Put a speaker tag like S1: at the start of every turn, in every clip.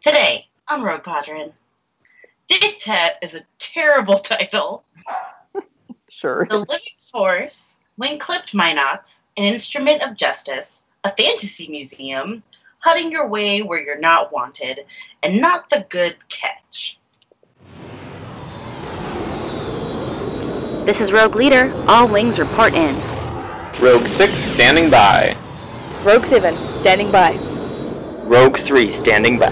S1: Today on Rogue Padron, Dictat is a terrible title.
S2: Sure.
S1: The Living Force, When Clipped Minots, An Instrument of Justice, a fantasy museum, Hutting Your Way Where You're Not Wanted, and Not the Good Catch.
S3: This is Rogue Leader. All wings report in.
S4: Rogue 6 standing by.
S5: Rogue 7, standing by.
S4: Rogue 3 standing by.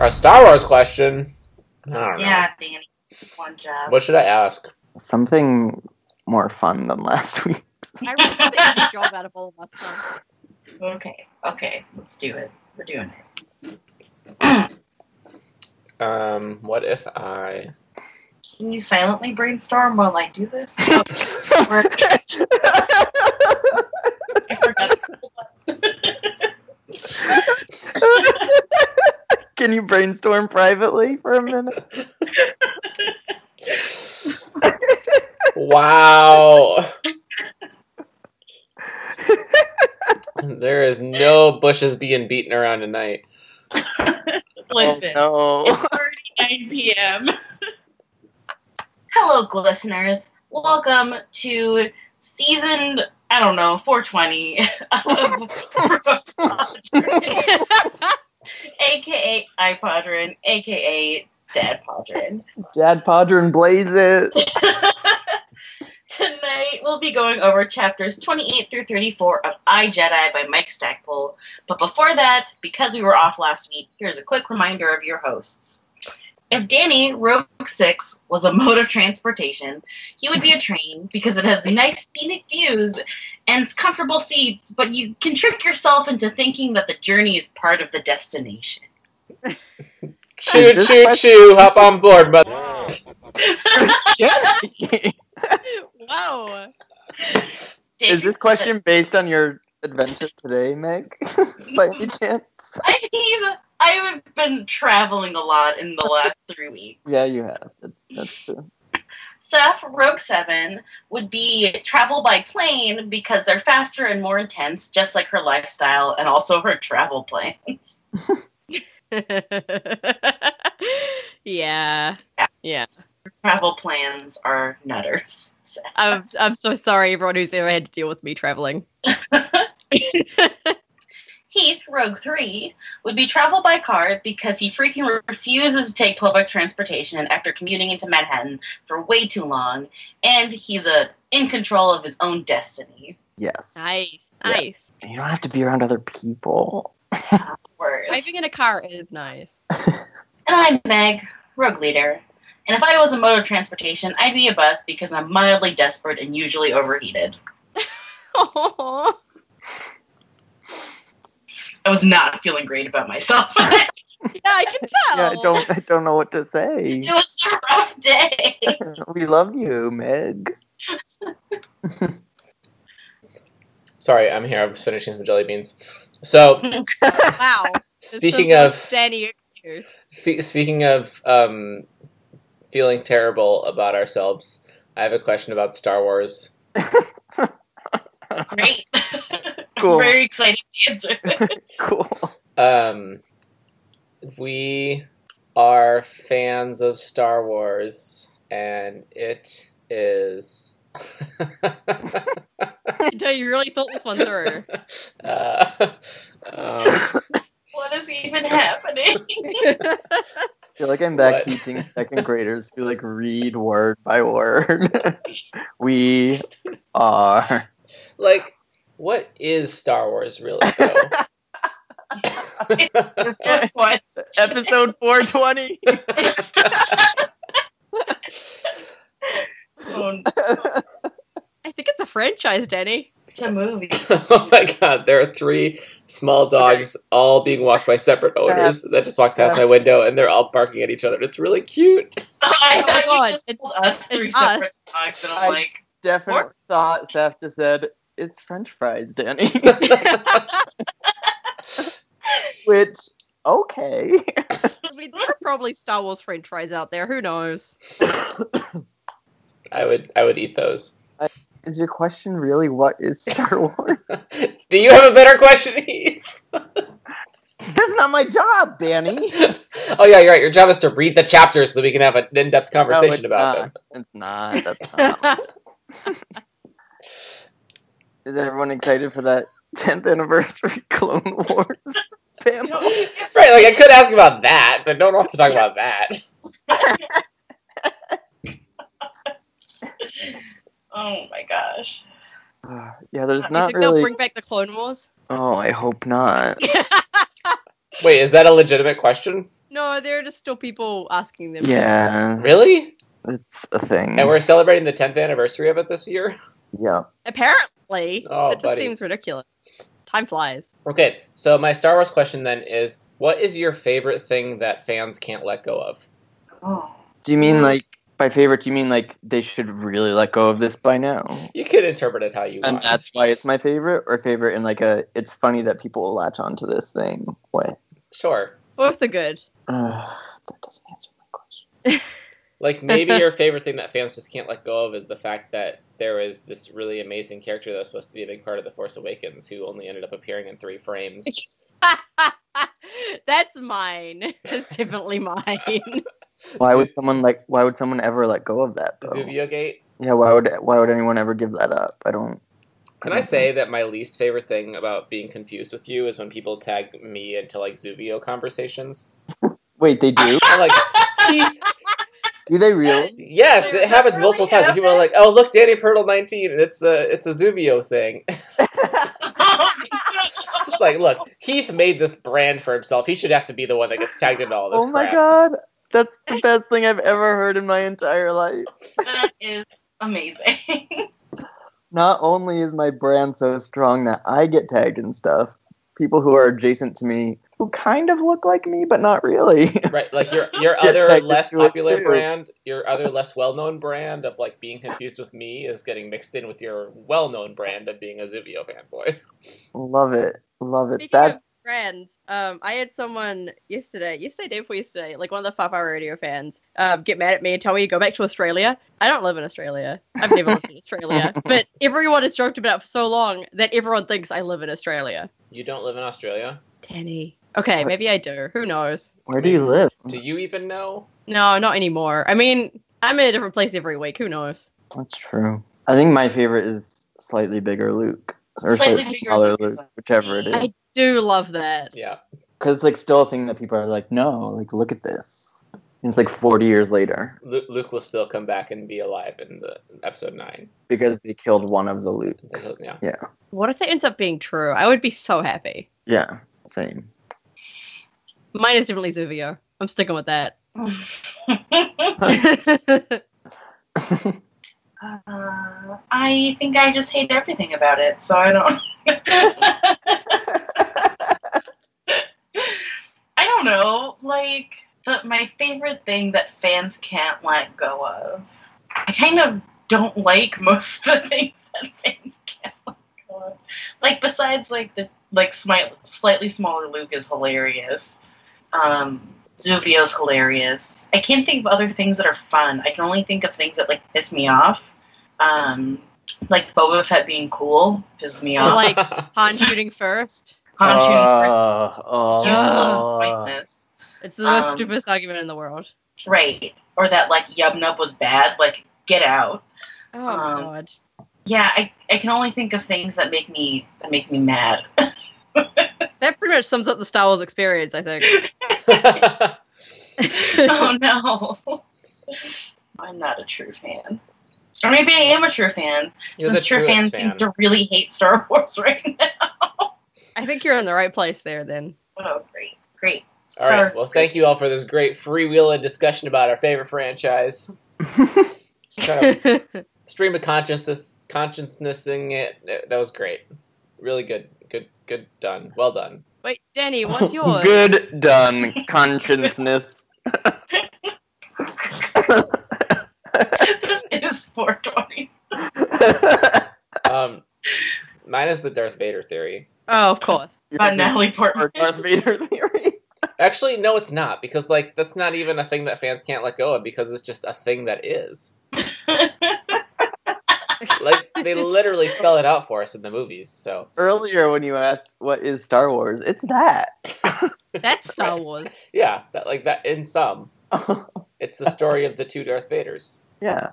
S6: Our Star Wars question. I don't know.
S1: Yeah, Danny, one job.
S6: What should I ask?
S2: Something more fun than last week.
S5: I really think this job out of all of us.
S1: Okay, okay, let's do it. We're doing it.
S6: Um, what if I?
S1: Can you silently brainstorm while I do this? Or- I forgot.
S2: Can you brainstorm privately for a minute?
S6: Wow. there is no bushes being beaten around tonight.
S1: Listen,
S2: Oh,
S1: it's already 9 p.m. Hello, listeners. Welcome to season, I don't know, 420 of AKA iPodrin, AKA Dad Podrin.
S2: no. Dad Podron blaze it.
S1: Tonight we'll be going over chapters 28 through 34 of I Jedi by Mike Stackpole. But before that, because we were off last week, here's a quick reminder of your hosts. If Danny Rogue Six was a mode of transportation, he would be a train because it has nice scenic views and comfortable seats, but you can trick yourself into thinking that the journey is part of the destination.
S6: Choo
S2: This
S6: choo
S2: question-
S6: choo! Hop on board, mother.
S5: Wow.
S2: Is this question based on your adventure today, Meg? By any chance?
S1: I mean, I have been traveling a lot in the last three weeks.
S2: Yeah, you have. That's, that's true.
S1: Seth Rogue 7 would be travel by plane because they're faster and more intense, just like her lifestyle and also her travel plans.
S5: yeah. Yeah.
S1: Travel plans are nutters. Seth.
S5: I'm, I'm so sorry, everyone who's ever had to deal with me traveling.
S1: Heath Rogue 3 would be travel by car because he freaking refuses to take public transportation after commuting into Manhattan for way too long, and he's a, in control of his own destiny.
S2: Yes.
S5: Nice.
S2: Yeah.
S5: Nice.
S2: You don't have to be around other people.
S1: Worse.
S5: Driving in a car is nice.
S1: And I'm Meg, Rogue Leader. And if I was a mode of transportation, I'd be a bus because I'm mildly desperate and usually overheated.
S5: Aw.
S1: I was not feeling great about myself.
S5: yeah, I can
S2: Yeah,
S5: tell.
S2: I don't. I don't know what to say.
S1: it was a rough day.
S2: We love you, Meg.
S6: Sorry, I'm here. I was finishing some jelly beans. So,
S5: Wow. This
S6: speaking
S5: is
S6: of
S5: a Danny excuse.
S6: Fe- Speaking of um, feeling terrible about ourselves, I have a question about Star Wars.
S1: Great.
S2: Cool.
S1: Very exciting to answer.
S2: Cool.
S6: Um, we are fans of Star Wars, and it is.
S5: Until you really thought this one through.
S6: uh, um,
S1: What is even happening?
S2: I feel like I'm back
S6: What?
S2: teaching second graders to like read word by word. we are.
S6: like, what is Star Wars really, though?
S1: What?
S2: Episode 420.
S1: Oh,
S5: I think it's a franchise, Danny.
S1: It's a movie.
S6: oh my god, there are three small dogs all being walked by separate owners that just walked past my window and they're all barking at each other. It's really cute.
S1: I
S5: Oh
S1: thought
S5: my
S1: you
S5: God,
S1: just
S5: it's-
S1: told us three
S5: it's
S1: separate
S5: us.
S1: dogs, and
S2: I-
S1: I'm like,
S2: Definite
S1: Or-
S2: thought Seth just said it's French fries, Danny. Which okay.
S5: I mean, there are probably Star Wars French fries out there. Who knows?
S6: I would I would eat those.
S2: Is your question really what is Star Wars?
S6: Do you have a better question? Heath?
S2: That's not my job, Danny.
S6: oh yeah, you're right. Your job is to read the chapters so that we can have an in-depth
S2: No,
S6: conversation
S2: it's
S6: about them.
S2: not. It's not. That's not. Is everyone excited for that 10th anniversary Clone Wars panel?
S6: Right, like I could ask about that, but don't also talk about that.
S1: oh my gosh.
S2: Uh, yeah, there's
S5: you
S2: not
S5: think they'll
S2: really.
S5: bring back the Clone Wars?
S2: Oh, I hope not.
S6: Wait, is that a legitimate question?
S5: No, there are just still people asking them.
S2: Yeah,
S6: Really?
S2: it's a thing.
S6: And we're celebrating the 10th anniversary of it this year?
S2: yeah.
S5: Apparently,
S6: Oh,
S5: it just
S6: buddy.
S5: seems ridiculous. Time flies.
S6: Okay, so my Star Wars question then is what is your favorite thing that fans can't let go of?
S1: Oh.
S2: Do you mean
S5: Yeah.
S2: like by favorite? Do you mean like they should really let go of this by now?
S6: You can interpret it how you
S2: And
S6: want.
S2: that's why it's my favorite, or favorite in like a it's funny that people will latch onto this thing. What?
S6: Sure.
S5: Both are good.
S2: Uh, that doesn't answer my question.
S6: Like maybe your favorite thing that fans just can't let go of is the fact that there was this really amazing character that was supposed to be a big part of The Force Awakens who only ended up appearing in three frames.
S5: That's mine. That's definitely mine.
S2: Why would someone like? Why would someone ever let go of that? Though?
S6: Zuvio Gate?
S2: Yeah. Why would Why would anyone ever give that up? I don't.
S6: Can
S2: Mm-hmm.
S6: I say that my least favorite thing about being confused with you is when people tag me into like Zuvio conversations?
S2: Wait, they do?
S6: I'm like, Keith,
S2: do they really?
S6: yes,
S5: Does
S6: it happens
S5: that
S6: multiple
S5: really
S6: times. And people are
S5: happen?
S6: like, oh, look, Danny Purtle 19, and it's a it's a Zuvio thing. Just like, look, Heath made this brand for himself. He should have to be the one that gets tagged into all this
S2: Oh my
S6: crap.
S2: god, that's the best thing I've ever heard in my entire life.
S1: that is amazing.
S2: Not only is my brand so strong that I get tagged in stuff, people who are adjacent to me who kind of look like me but not really.
S6: Right, like your your
S2: Get
S6: other
S2: tagged
S6: less
S2: into it
S6: popular
S2: too.
S6: brand, your other less well known brand of like being confused with me is getting mixed in with your well known brand of being a Zuvio fanboy.
S2: Love it. Love it.
S5: Speaking
S2: That
S5: of friends, um, I had someone yesterday, yesterday, day before yesterday, like one of the Five Hour Radio fans, um, get mad at me and tell me to go back to Australia. I don't live in Australia. I've never lived in Australia, but everyone has joked about it for so long that everyone thinks I live in Australia.
S6: You don't live in Australia.
S5: Danny. Okay, maybe I do. Who knows?
S2: where do you live?
S6: Do you even know?
S5: No, not anymore. I mean, I'm in a different place every week. Who knows?
S2: That's true. I think my favorite is slightly bigger Luke. Or
S1: Slightly
S2: slightly,
S1: Bigger
S2: smaller
S1: Luke is
S2: Luke, whichever it is.
S5: I do love that.
S6: Yeah.
S2: Because it's like still a thing that people are like, no, like look at this. And it's like 40 years later
S6: Lu- Luke will still come back and be alive in the episode nine.
S2: because they killed one of the Lukes.
S6: Yeah.
S5: What if that ends up being true? I would be so happy.
S2: Yeah, same.
S5: Mine is definitely Zuvio. I'm sticking with that.
S1: Uh, I think I just hate everything about it, so I don't. I don't know, like, but my favorite thing that fans can't let go of. I kind of don't like most of the things that fans can't let go of. Like, besides, like the like smi- slightly smaller Luke is hilarious. Um, Zuvio's hilarious. I can't think of other things that are fun. I can only think of things that like piss me off. Um, like Boba Fett being cool pisses me off.
S5: Like- Han shooting first.
S1: Han shooting
S2: Oh,
S1: first, useless,
S2: oh.
S1: pointless.
S5: It's the most
S1: Um,
S5: stupidest argument in the world.
S1: Right. Or that like Yubnub was bad. Like get out.
S5: Oh
S1: um,
S5: god.
S1: Yeah, I, I can only think of things that make me that make me mad.
S5: That pretty much sums up the Star Wars experience, I think.
S1: oh no. I'm not a true fan. Or maybe I am a true fan.
S6: You're the
S1: since true fans
S6: truest
S1: seem
S6: fan.
S1: to really hate Star Wars right now.
S5: I think you're in the right place there then.
S1: Oh, great, great.
S6: All right. Well, thank you all for this great freewheeling discussion about our favorite franchise. Just kind of stream of consciousness, consciousnessing it. That was great. Really good. Good. Good. Done. Well done.
S5: Wait, Danny, what's yours?
S2: Good done, consciousness.
S1: this is 420.
S2: I
S6: Um, Mine is the Darth Vader theory.
S5: Oh, of course.
S1: About Natalie Portman.
S2: or Darth Vader theory.
S6: Actually, no, it's not because like that's not even a thing that fans can't let go of because it's just a thing that is. Like they literally spell it out for us in the movies. So
S2: Earlier, when you asked what is Star Wars, it's that.
S5: That's Star Wars.
S6: yeah, that like that in sum, it's the story of the two Darth Vaders.
S2: yeah,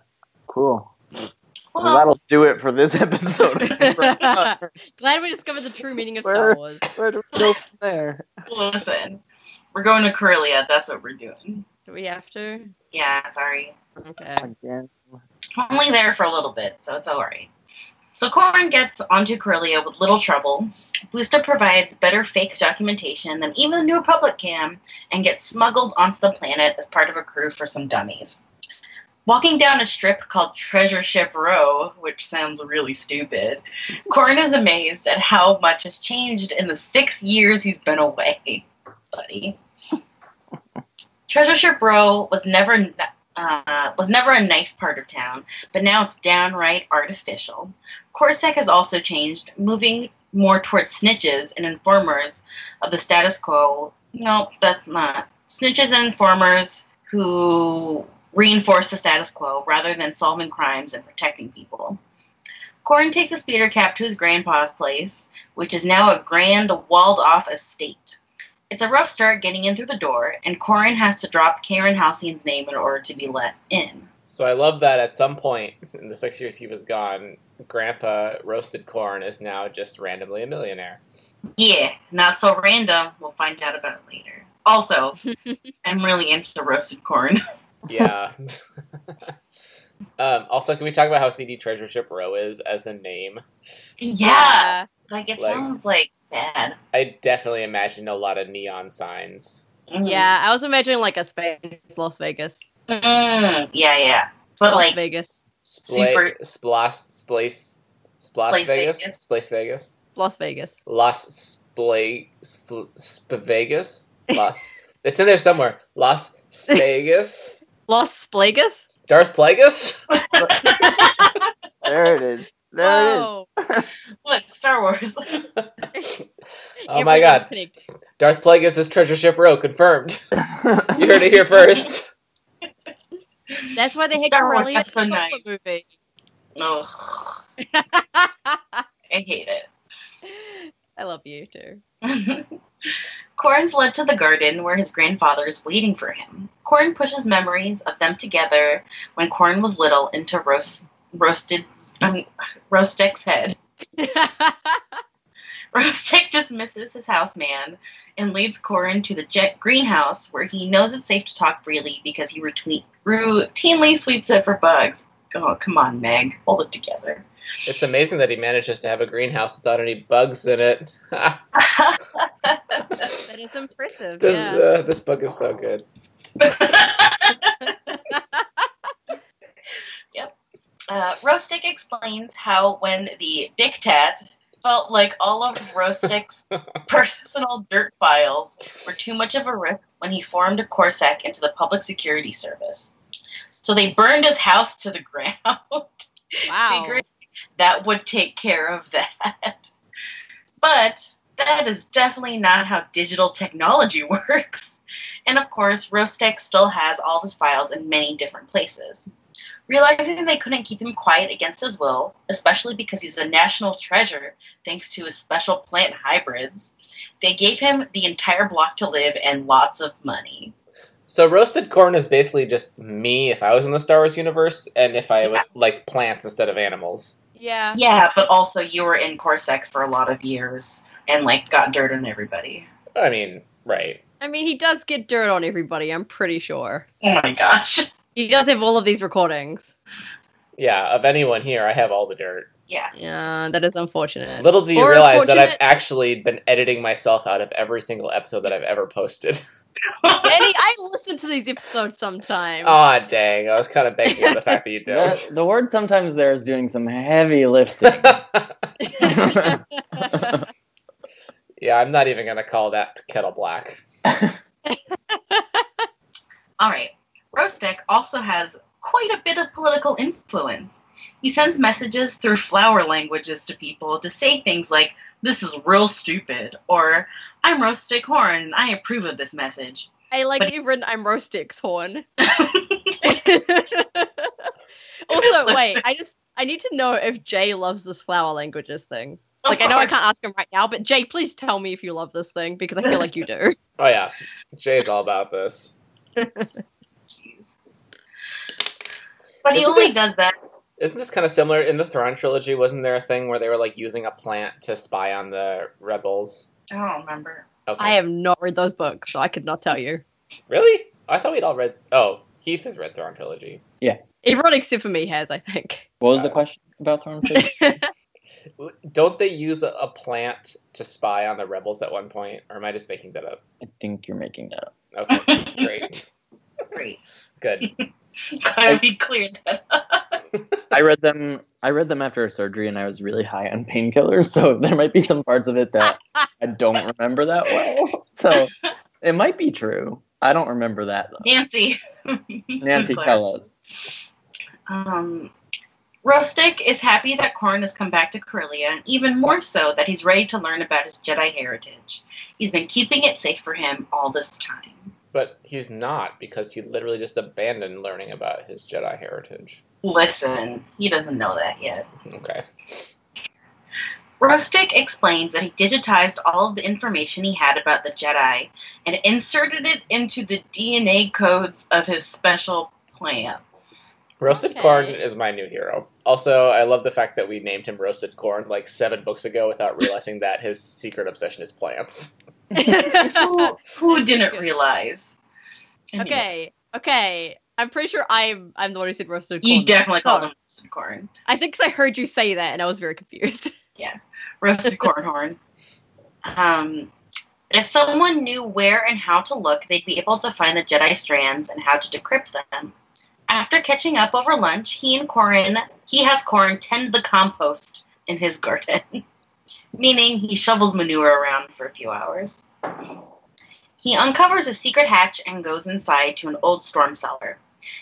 S2: cool. Well,
S1: well,
S2: that'll do it for this episode.
S5: Glad we discovered the true meaning of
S2: Where-
S5: Star Wars.
S2: Where do we go from there?
S1: listen, we're going to Corellia. That's what we're doing.
S5: Do we have to?
S1: Yeah, sorry.
S5: Okay.
S2: Again.
S1: Only there for a little bit, so it's alright. So Corrin gets onto Corellia with little trouble. Busta provides better fake documentation than even the New Republic can and gets smuggled onto the planet as part of a crew for some dummies. Walking down a strip called Treasure Ship Row, which sounds really stupid, Corrin is amazed at how much has changed in the six years he's been away. Buddy. Treasure Ship Row was never uh, was never a nice part of town, but now it's downright artificial. Corsac has also changed, moving more towards snitches and informers of the status quo. Nope, that's not. Snitches and informers who reinforce the status quo rather than solving crimes and protecting people. Corin takes a speeder cap to his grandpa's place, which is now a grand walled off estate. It's a rough start getting in through the door, and Corin has to drop Karen Halcyon's name in order to be let in.
S6: So I love that at some point in the six years he was gone, Grandpa Roasted Corn is now just randomly a millionaire.
S1: Yeah, not so random. We'll find out about it later. Also, I'm really into roasted corn.
S6: Yeah. um, also, can we talk about how CD Treasure Ship Row is as a name?
S1: yeah, like it
S6: Like-
S1: sounds like bad.
S6: I definitely imagine a lot of neon signs.
S5: Yeah. Yeah, I was imagining like a space Las Vegas.
S1: Mm, yeah, yeah. But
S5: Las
S1: like,
S5: Vegas.
S6: Splay,
S1: Super-
S6: Splos, Splace, Splos
S1: Splace
S6: Vegas?
S1: Vegas.
S6: Splace Vegas?
S5: Las Vegas.
S6: Las Splay, Spl, Sp- Vegas? Las. it's in there somewhere. Las Vegas?
S5: Las Vegas?
S6: Darth Plagueis?
S2: There it is. There
S5: Whoa.
S1: look, Star Wars.
S6: Oh my god. Darth Plagueis is Treasure Ship Row, confirmed.
S2: it is.
S6: You heard it here first.
S5: That's why they had
S1: Star Wars
S5: Corellia in the
S1: episode
S5: Solo
S1: nine.
S5: movie.
S1: No, I hate it.
S5: I love you too.
S1: Corin's led to the garden where his grandfather is waiting for him. Corin pushes memories of them together when Corin was little into roast, roasted, um, Roastek's head. Rostick dismisses his houseman and leads Corin to the jet greenhouse where he knows it's safe to talk freely because he retweet, routinely sweeps it for bugs. Oh, come on, Meg. Hold it together.
S6: It's amazing that he manages to have a greenhouse without any bugs in it.
S5: that is impressive.
S6: This
S5: yeah.
S6: uh, this book is so good.
S1: yep. Uh, Rostick explains how when the diktat felt like all of Rostick's personal dirt files were too much of a risk when he formed a Corsac into the Public Security Service. So they burned his house to the ground,
S5: wow.
S1: figuring that would take care of that. But that is definitely not how digital technology works. And of course, Rostek still has all of his files in many different places. Realizing they couldn't keep him quiet against his will, especially because he's a national treasure thanks to his special plant hybrids, they gave him the entire block to live and lots of money.
S6: So roasted corn is basically just me if I was in the Star Wars universe and if I would like plants instead of animals.
S5: Yeah.
S1: Yeah, but also you were in Corsac for a lot of years and like got dirt on everybody.
S6: I mean, right.
S5: I mean, he does get dirt on everybody, I'm pretty sure.
S1: Oh my gosh.
S5: He does have all of these recordings.
S6: Yeah, of anyone here, I have all the dirt.
S1: Yeah.
S5: Yeah, that is unfortunate.
S6: Little do you
S5: Or
S6: realize that I've
S5: unfortunate-
S6: actually been editing myself out of every single episode that I've ever posted.
S5: Danny, I listen to these episodes sometimes.
S6: Aw, dang. I was kind of banking on the fact that you
S2: The,
S6: don't.
S2: the word sometimes there is doing some heavy lifting.
S6: Oh. yeah, I'm not even going to call that kettle black.
S1: All right. Rostick also has quite a bit of political influence. He sends messages through flower languages to people to say things like, This is real stupid, or I'm roasted corn and I approve of this message.
S5: I like
S1: But-
S5: even I'm roastix horn. also, wait, I just I need to know if Jay loves this flower languages thing.
S1: Of
S5: Like I know I
S1: course,
S5: can't ask him right now, but Jay, please tell me if you love this thing because I feel like you do.
S6: Oh yeah, Jay's all about this.
S1: jeez. But he
S6: Isn't
S1: only
S6: this-
S1: does that.
S6: Isn't this kind of similar in the Thrawn trilogy? Wasn't there a thing where they were like using a plant to spy on the rebels?
S1: I don't remember.
S6: Okay.
S5: I have not read those books, so I could not tell you.
S6: Really? I thought we'd all read. Oh, Heath has read Thrawn trilogy.
S5: Everyone except for me has, I think.
S2: What was the question about Thorn Fist?
S6: Don't they use a, a plant to spy on the rebels at one point? Or am I just making that up?
S2: I think you're making that up.
S6: Okay, great,
S1: Great.
S6: good.
S1: Gotta be clear that
S2: I read them. I read them after a surgery, and I was really high on painkillers, so there might be some parts of it that I don't remember that well. So it might be true. I don't remember that though.
S1: Nancy.
S2: Nancy,
S1: Claire.
S2: tell us.
S1: Um, Rostick is happy that Korn has come back to Corellia, and even more so that he's ready to learn about his Jedi heritage. He's been keeping it safe for him all this time.
S6: But he's not because he literally just abandoned learning about his Jedi heritage.
S1: Listen, he doesn't know that yet.
S6: Okay.
S1: Rostick explains that he digitized all of the information he had about the Jedi and inserted it into the DNA codes of his special plants.
S6: Roasted
S5: Okay.
S6: Corn is my new hero. Also, I love the fact that we named him Roasted Corn like seven books ago without realizing that his secret obsession is plants.
S1: who, who didn't realize? Anyway,
S5: okay, okay. I'm pretty sure I'm I'm the one who said roasted corn.
S1: You definitely
S5: so,
S1: called him roasted corn.
S5: I think 'cause I heard you say that and I was very confused.
S1: roasted corn horn. Um, if someone knew where and how to look, they'd be able to find the Jedi strands and how to decrypt them. After catching up over lunch, he and Corin he has Corin tend the compost in his garden, meaning he shovels manure around for a few hours. He uncovers a secret hatch and goes inside to an old storm cellar.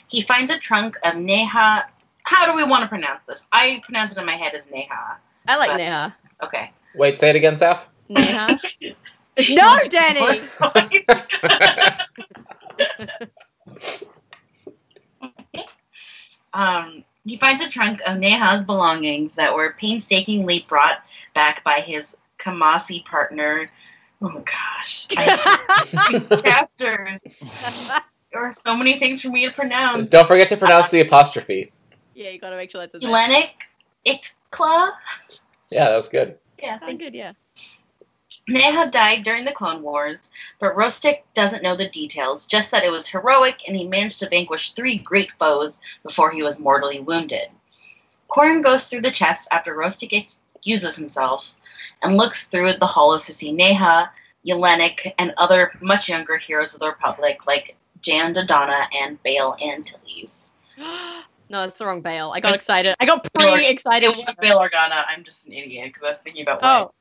S1: He finds a trunk of Neha. How do we want to pronounce this? I pronounce it in my head as Neha.
S5: I like
S1: But-
S5: Neha.
S1: Okay.
S6: Wait, say it again, Saf.
S5: Neha. no, Danny.
S1: um, he finds a trunk of Neha's belongings that were painstakingly brought back by his Kamasi partner. Oh gosh, I, these chapters. There are so many things for me to
S5: Um,
S1: pronounce.
S6: Don't forget to pronounce the apostrophe.
S5: yeah, you gotta make sure that's his name.
S1: Hellenic Itkla.
S6: Yeah, that was good.
S1: Yeah,
S5: Oh,
S1: thank you.
S5: good, yeah.
S1: Neha died during the Clone Wars, but Rostic doesn't know the details, just that it was heroic and he managed to vanquish three great foes before he was mortally wounded. Corn goes through the chest after Rostic excuses himself and looks through the hollows to see Neha, Yelenic, and other much younger heroes of the Republic like Jan Dodonna and Bale Antilles.
S5: no, that's the wrong bail. I got
S1: It's-
S5: excited. I got
S1: Bail-
S5: pretty excited.
S1: It was Bale Organa. I'm just an idiot because I was thinking about
S5: Oh,
S1: what.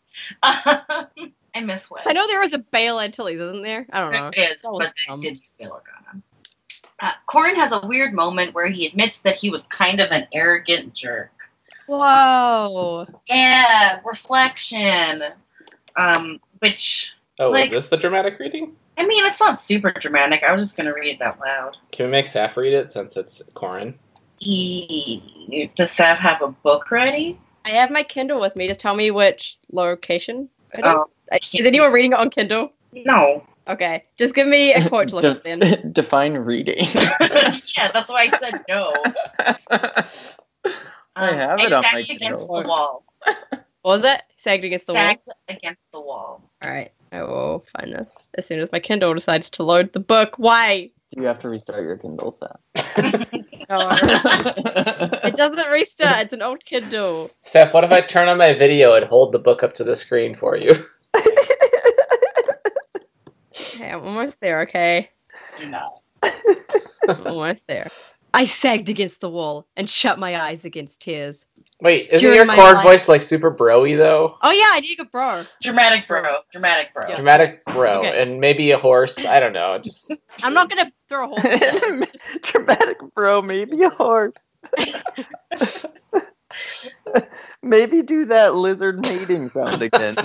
S1: I miss what.
S5: I know there was a bail Antilles, isn't there? I don't know.
S1: There is,
S5: That was
S1: but
S5: dumb.
S1: they did spill it on him. Uh, Corin has a weird moment where he admits that he was kind of an arrogant jerk.
S5: Whoa.
S1: Yeah, reflection. Um, which
S6: Oh,
S1: Like-
S6: is this the dramatic reading?
S1: I mean, it's not super dramatic. I was just gonna read it out loud.
S6: Can we make Saf read it since it's Corin?
S1: He, does Sav have a book ready?
S5: I have my Kindle with me. Just tell me which location it is.
S1: Oh,
S5: I- is anyone reading it on Kindle?
S1: no.
S5: Okay. Just give me a quote to look at then.
S2: De- define reading.
S1: yeah, that's why I said no. Um,
S2: I have it
S1: it's
S2: on my
S1: sagged against
S2: Kindle.
S1: the wall.
S5: What was that? Sagged against the wall.
S1: Sagged against the wall.
S5: Alright. I will find this as soon as my Kindle decides to load the book. Why?
S2: you have to restart your Kindle set.
S5: No. it doesn't restart. It's an old Kindle.
S6: Saf, what if I turn on my video and hold the book up to the screen for you?
S5: Okay, I'm almost there, okay?
S1: Do not.
S5: I'm almost there. I sagged against the wall and shut my eyes against tears.
S6: Wait, isn't
S5: During
S6: your
S5: my
S6: Corin
S5: life-
S6: voice like super broy though?
S5: Oh yeah, I need a bro.
S1: Dramatic bro. Dramatic bro.
S5: Yeah.
S6: Dramatic bro,
S5: Okay.
S6: and maybe a horse. I don't know. Just
S5: I'm not gonna throw a whole
S2: Dramatic bro, maybe a horse. Maybe do that lizard mating sound again.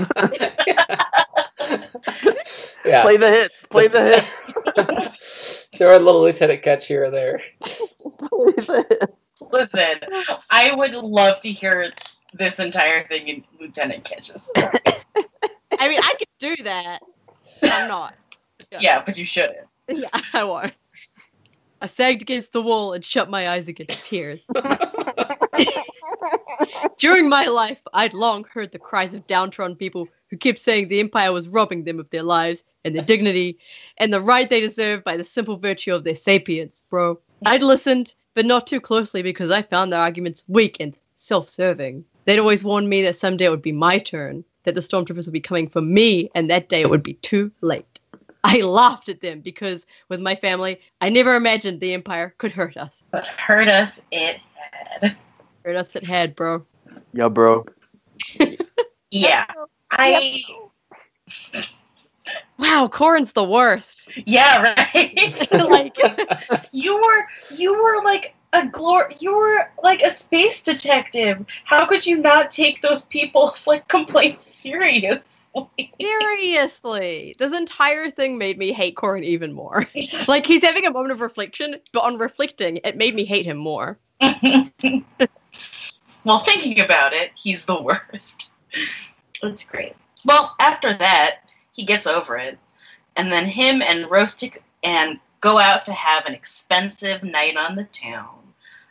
S6: Yeah.
S2: play the hits. Play the hits.
S6: Throw a little lieutenant catch here or there.
S2: Play the hits.
S1: Listen, I would love to hear this entire thing in Lieutenant Kitch's.
S5: I mean, I could do that. But I'm not.
S1: Yeah, but you shouldn't.
S5: Yeah, I won't. I sagged against the wall and shut my eyes against tears. During my life, I'd long heard the cries of downtrodden people who kept saying the empire was robbing them of their lives and their dignity and the right they deserved by the simple virtue of their sapience, bro. I'd listened, but not too closely because I found their arguments weak and self serving. They'd always warned me that someday it would be my turn, that the stormtroopers would be coming for me, and that day it would be too late. I laughed at them because, with my family, I never imagined the Empire could hurt us.
S1: But hurt us it had.
S5: Hurt us it had, bro.
S2: Yo, bro.
S1: Yeah. I
S5: Wow, Corin's the worst.
S1: yeah, right.
S5: like,
S1: you were you were like a glor you were like a space detective. How could you not take those people's like complaints seriously?
S5: seriously, this entire thing made me hate Corin even more. like, he's having a moment of reflection, but on reflecting, it made me hate him more.
S1: well, thinking about it, he's the worst. That's great. Well, after that, he gets over it, and then him and Roastic and go out to have an expensive night on the town.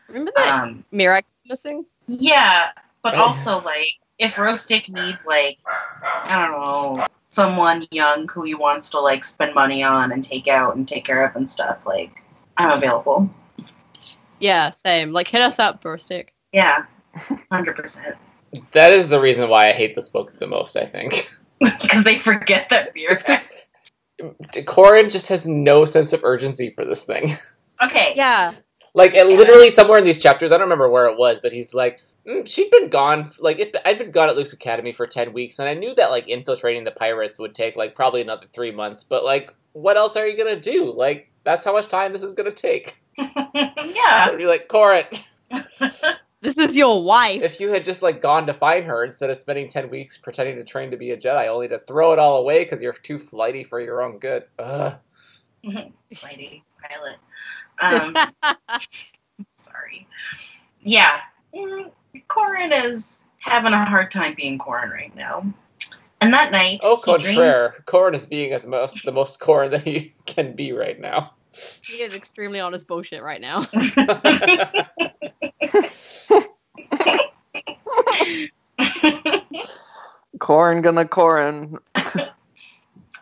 S5: Remember that
S1: Um,
S5: Mirax missing?
S1: yeah, but
S6: Right.
S1: also like if Roastic needs like I don't know someone young who he wants to like spend money on and take out and take care of and stuff, like I'm available.
S5: Yeah, same. Like, hit us up, bro, stick.
S1: Yeah, hundred percent.
S6: That is the reason why I hate this book the most, I think.
S1: Because they forget that beer.
S6: It's because Corin just has no sense of urgency for this thing.
S1: Okay, yeah,
S5: Yeah.
S6: Like, it literally somewhere in these chapters, I don't remember where it was, but he's like, "Mm, she'd been gone, like, if I'd been gone at Luke's Academy for 10 weeks, and I knew that, like, infiltrating the pirates would take, like, probably another three months, but, like, what else are you gonna do? Like, that's how much time this is gonna take.
S1: yeah.
S6: So you're like, Corin,
S5: This is your wife.
S6: if you had just, like, gone to find her instead of spending 10 weeks pretending to train to be a Jedi, only to throw it all away because you're too flighty for your own good. Ugh.
S1: Lady pilot. Um, sorry. Yeah, mm, Corin is having a hard time being Corin right now. And that night,
S6: Au
S1: he dreams-
S6: contraire, Corin is being as most the most Corin that he can be right now.
S5: He is extremely honest bullshit right now.
S2: Corin gonna Corin.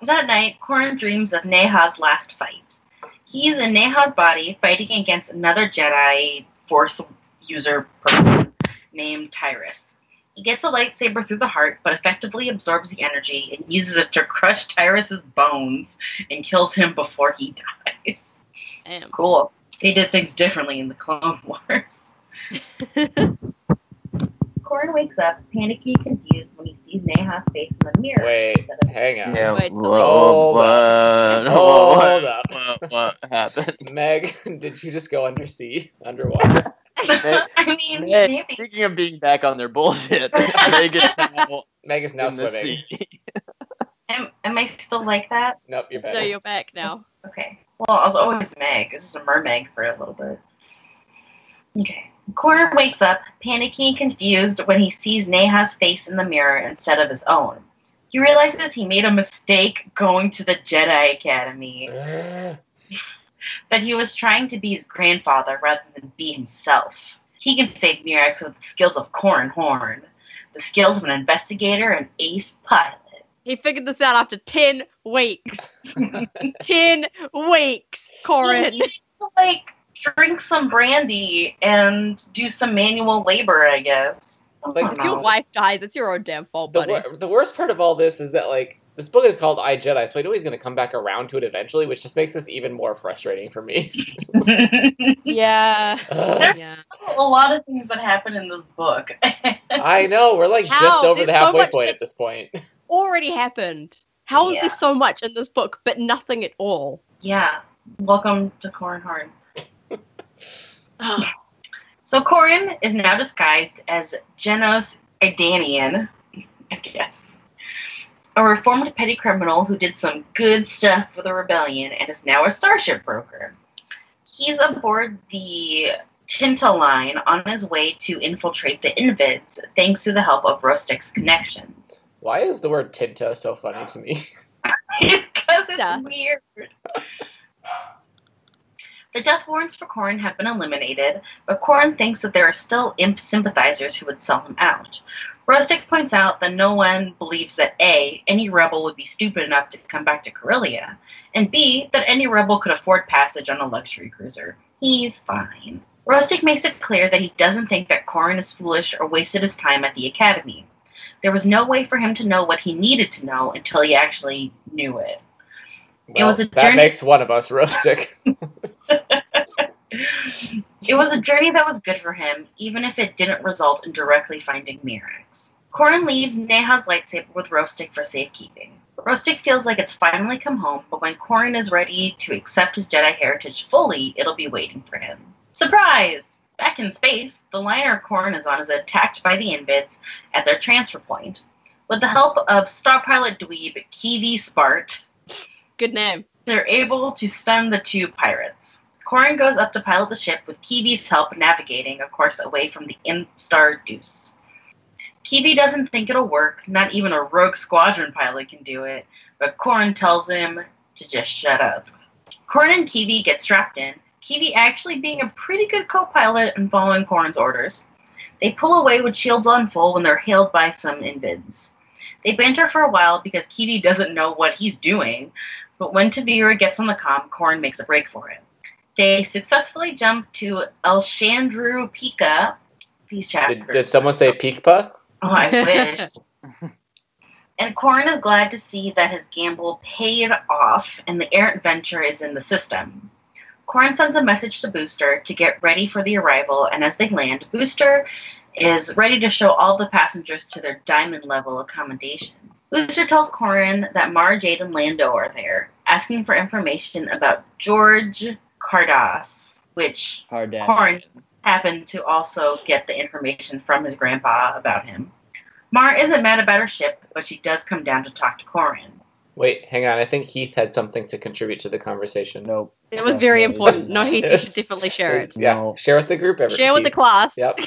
S1: That night, Corin dreams of Neha's last fight. He's in Neha's body fighting against another Jedi Force user person named Tyrus. He gets a lightsaber through the heart, but effectively absorbs the energy and uses it to crush Tyrus's bones and kills him before he dies.
S5: Damn.
S1: Cool. They did things differently in the Clone Wars. Corin wakes up, panicky and confused, when he sees Neha's face in the mirror.
S6: Wait,
S1: instead of-
S6: hang on.
S2: Yeah. uh,
S5: Wait,
S2: whoa,
S6: hold up.
S2: what,
S6: Hold up.
S2: what, what happened?
S6: Meg, did you just go undersea, underwater?
S1: I mean,
S2: Meg,
S1: maybe.
S2: speaking of being back on their bullshit, Meg is now
S6: Meg is now
S2: in the
S6: swimming.
S2: sea.
S1: Am, am I still like that?
S6: Nope, you're
S5: So
S6: better.
S5: you're back now.
S1: Okay. Well, I was always Meg. I was just a mermaid for a little bit. Okay. Cora wakes up, panicky and confused, when he sees Neha's face in the mirror instead of his own. He realizes he made a mistake going to the Jedi Academy,
S6: Ugh.
S1: that he was trying to be his grandfather rather than be himself. He can save Mirax with the skills of Corin Horn, the skills of an investigator and ace pilot.
S5: He figured this out after 10 weeks. 10 weeks, Corin.
S1: He needs to, like drink some brandy and do some manual labor, I guess. I
S6: Like,
S1: don't
S5: If your
S1: know.
S5: wife dies, it's your own damn fault,
S6: the,
S5: buddy.
S6: wor- the worst part of all this is that like this book is called I Jedi, so I know he's going to come back around to it eventually, which just makes this even more frustrating for me.
S5: Yeah.
S6: Ugh.
S1: There's
S5: Yeah.
S1: still a lot of things that happen in this book.
S6: I know we're like just
S5: How?
S6: over the
S5: There's so
S6: halfway
S5: much
S6: point at
S5: that's-
S6: this point.
S5: Already happened. How is
S1: Yeah.
S5: there so much in this book, but nothing at all?
S1: yeah. Welcome to Cornhorn. Um, So Corin is now disguised as Genos Edanian, I guess, a reformed petty criminal who did some good stuff for the rebellion and is now a starship broker. He's aboard the Tinta line on his way to infiltrate the Invids thanks to the help of Rostek's connections.
S6: Why is the word tinta so funny to me?
S1: because
S5: Duh.
S1: it's weird. The death warrants for Corin have been eliminated, but Corin thinks that there are still imp sympathizers who would sell him out. Rostek points out that no one believes that A, any rebel would be stupid enough to come back to Corellia, and B, that any rebel could afford passage on a luxury cruiser. He's fine. Rostek makes it clear that he doesn't think that Corin is foolish or wasted his time at the academy. There was no way for him to know what he needed to know until he actually knew it.
S6: Well,
S1: was a
S6: that
S1: journey-
S6: makes one of us roastic.
S1: It was a journey that was good for him, even if it didn't result in directly finding Mirrex. Corin leaves Neha's lightsaber with Rostic for safekeeping. Rostic feels like it's finally come home, but when Corin is ready to accept his Jedi heritage fully, it'll be waiting for him. Surprise! Back in space, the liner Corin is on is attacked by the Invids at their transfer point. With the help of star pilot dweeb Kiwi Spart,
S5: Good name.
S1: they're able to stun the two pirates. Corin goes up to pilot the ship with Kiwi's help navigating, of course, away from the Instar Deuce. Kiwi doesn't think it'll work, not even a rogue squadron pilot can do it, but Corin tells him to just shut up. Corin and Kiwi get strapped in, Kiwi actually being a pretty good co pilot and following Corin's orders. They pull away with shields on full when they're hailed by some invids. They banter for a while because Kiwi doesn't know what he's doing, but when Tavira gets on the comm, Corrin makes a break for it. They successfully jump to Elshandru Pika. These chapters.
S6: did, did someone say Peekpa?
S1: Oh, I wish. and Corrin is glad to see that his gamble paid off and the errant venture is in the system. Corrin sends a message to Booster to get ready for the arrival, and as they land, Booster is ready to show all the passengers to their diamond level accommodations. Booster tells Corrin that Mara Jade and Lando are there, asking for information about George Cardass, which
S2: Hard dash.
S1: Corrin happened to also get the information from his grandpa about him. Mar isn't mad about her ship, but she does come down to talk to Corin.
S6: Wait, hang on. I think Heath had something to contribute to the conversation.
S2: Nope.
S5: It was very
S2: Definitely.
S5: important. No, he he should
S6: Yes.
S5: definitely share it.
S6: Yeah,
S2: No.
S6: share with the group. Every,
S5: Share with the
S6: Heath.
S5: class.
S6: Yep.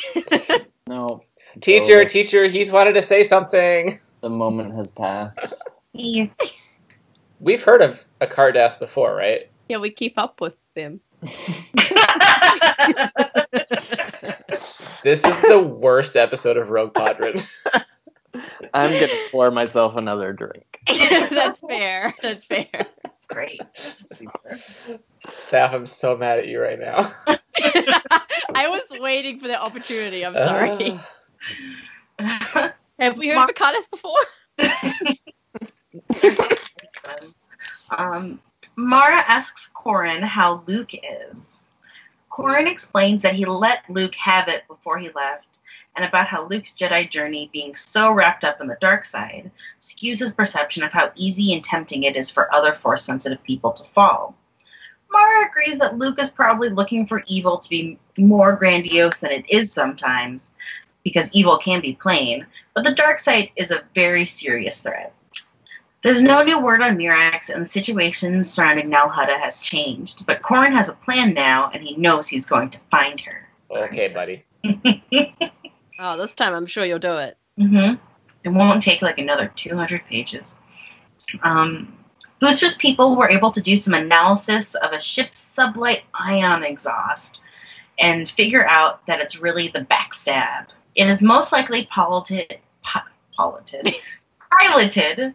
S2: No.
S6: Teacher,
S2: Go.
S6: teacher, Heath wanted to say something.
S2: The moment has passed.
S1: Yeah.
S6: We've heard of a Cardass before, right?
S5: Yeah, we keep up with them.
S6: This is the worst episode of Rogue Podrin.
S2: I'm gonna pour myself another drink.
S5: That's fair. That's fair.
S1: Great.
S6: Saf, I'm so mad at you right now.
S5: I was waiting for the opportunity. I'm sorry.
S6: Ah.
S5: Have we heard
S1: Mar-
S5: of Picatus before?
S1: um, Mara asks Corin how Luke is. Corin explains that he let Luke have it before he left, and about how Luke's Jedi journey being so wrapped up in the dark side skews his perception of how easy and tempting it is for other force sensitive people to fall. Mara agrees that Luke is probably looking for evil to be more grandiose than it is sometimes, because evil can be plain, but the dark side is a very serious threat. There's no new word on Mirax, and the situation surrounding Nalhutta has changed, but Corin has a plan now, and he knows he's going to find her.
S6: okay, buddy.
S5: Oh, this time I'm sure you'll do it.
S1: Mm-hmm. It won't take like another 200 pages. Um, Booster's people were able to do some analysis of a ship's sublight ion exhaust and figure out that it's really the backstab. It is most likely piloted, pi- piloted, piloted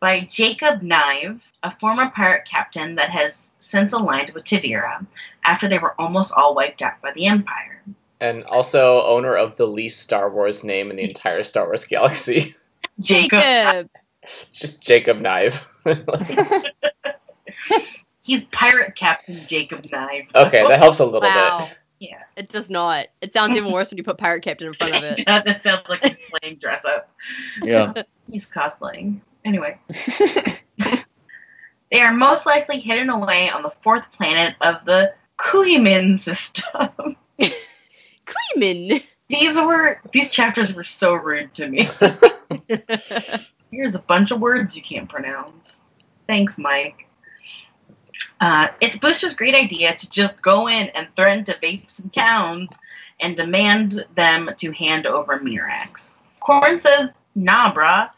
S1: by Jacob Knive, a former pirate captain that has since aligned with Tavira after they were almost all wiped out by the Empire.
S6: And also owner of the least Star Wars name in the entire Star Wars galaxy.
S1: Jacob
S5: Jacob.
S6: Just Jacob Knive.
S1: He's pirate captain Jacob Knive.
S6: okay, that helps a little
S5: Wow.
S6: bit.
S1: Yeah.
S5: It does not. It sounds even worse when you put Pirate Captain in front of it.
S1: It does. It sounds like he's playing dress up.
S2: Yeah.
S1: He's cosplaying. Anyway. they are most likely hidden away on the fourth planet of the Kuyimin system.
S5: Creamin'.
S1: These were these chapters were so rude to me. Here's a bunch of words you can't pronounce. Thanks, Mike. Uh, it's Booster's great idea to just go in and threaten to vape some towns and demand them to hand over Mirax. Corn says, nah, bruh,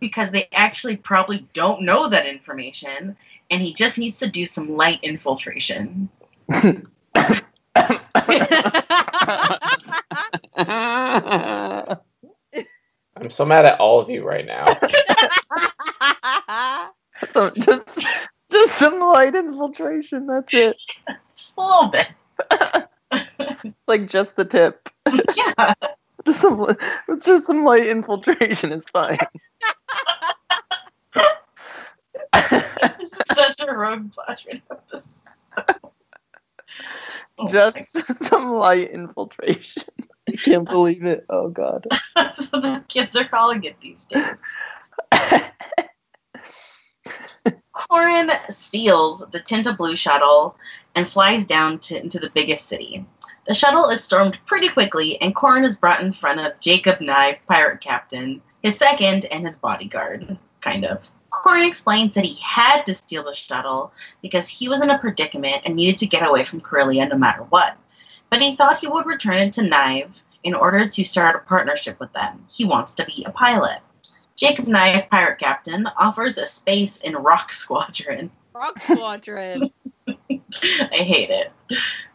S1: because they actually probably don't know that information, and he just needs to do some light infiltration.
S6: I'm so mad at all of you right now.
S2: So just, just some light infiltration. That's it.
S1: just a little bit.
S2: Like just the tip.
S1: Yeah.
S2: Just some. li- It's just some light infiltration. It's fine.
S1: This is such a road pleasure episode. Oh my
S2: Just some light infiltration. I can't believe it. Oh god.
S1: God, that's what the kids are calling it these days. Corin steals the Tinta Blue shuttle and flies down to, into the biggest city. The shuttle is stormed pretty quickly, and Corin is brought in front of Jacob Knive, pirate captain, his second, and his bodyguard, kind of. Corin explains that he had to steal the shuttle because he was in a predicament and needed to get away from Corellia no matter what. But he thought he would return it to Knive in order to start a partnership with them. He wants to be a pilot. Jacob Knife, pirate captain, offers a space in Rock Squadron.
S5: Rock Squadron.
S1: I hate it.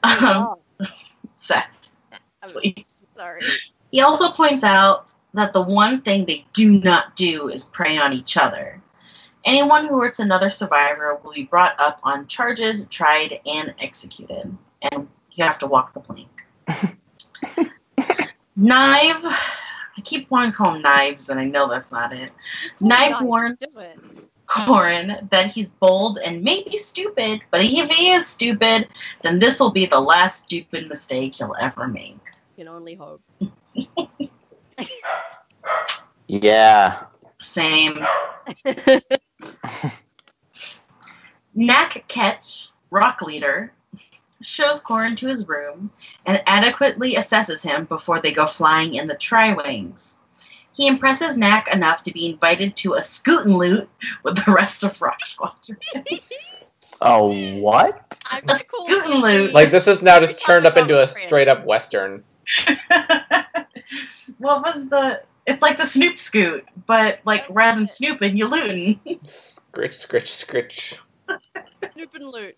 S1: Um, Seth.
S5: I'm
S1: please.
S5: Sorry.
S1: He also points out that the one thing they do not do is prey on each other. Anyone who hurts another survivor will be brought up on charges, tried, and executed. And you have to walk the plank. Knive. I keep wanting to call him knives, and I know that's not it. Knife warns-
S5: Do it.
S1: Corin that he's bold and maybe stupid, but if he is stupid, then this will be the last stupid mistake he'll ever make.
S5: Can only hope.
S2: Yeah.
S1: Same. Knack Ketch, rock leader, shows Corin to his room and adequately assesses him before they go flying in the Tri-Wings. He impresses Knack enough to be invited to a scoot and loot with the rest of Rock Squadron.
S2: Oh what?
S5: I'm
S1: Let's scoot and loot.
S6: Like this is now just turned up into a straight up western.
S1: what was the... It's like the Snoop Scoot, but like rather than snooping, you looting.
S6: Scritch, scritch, scritch.
S5: Snoop and loot.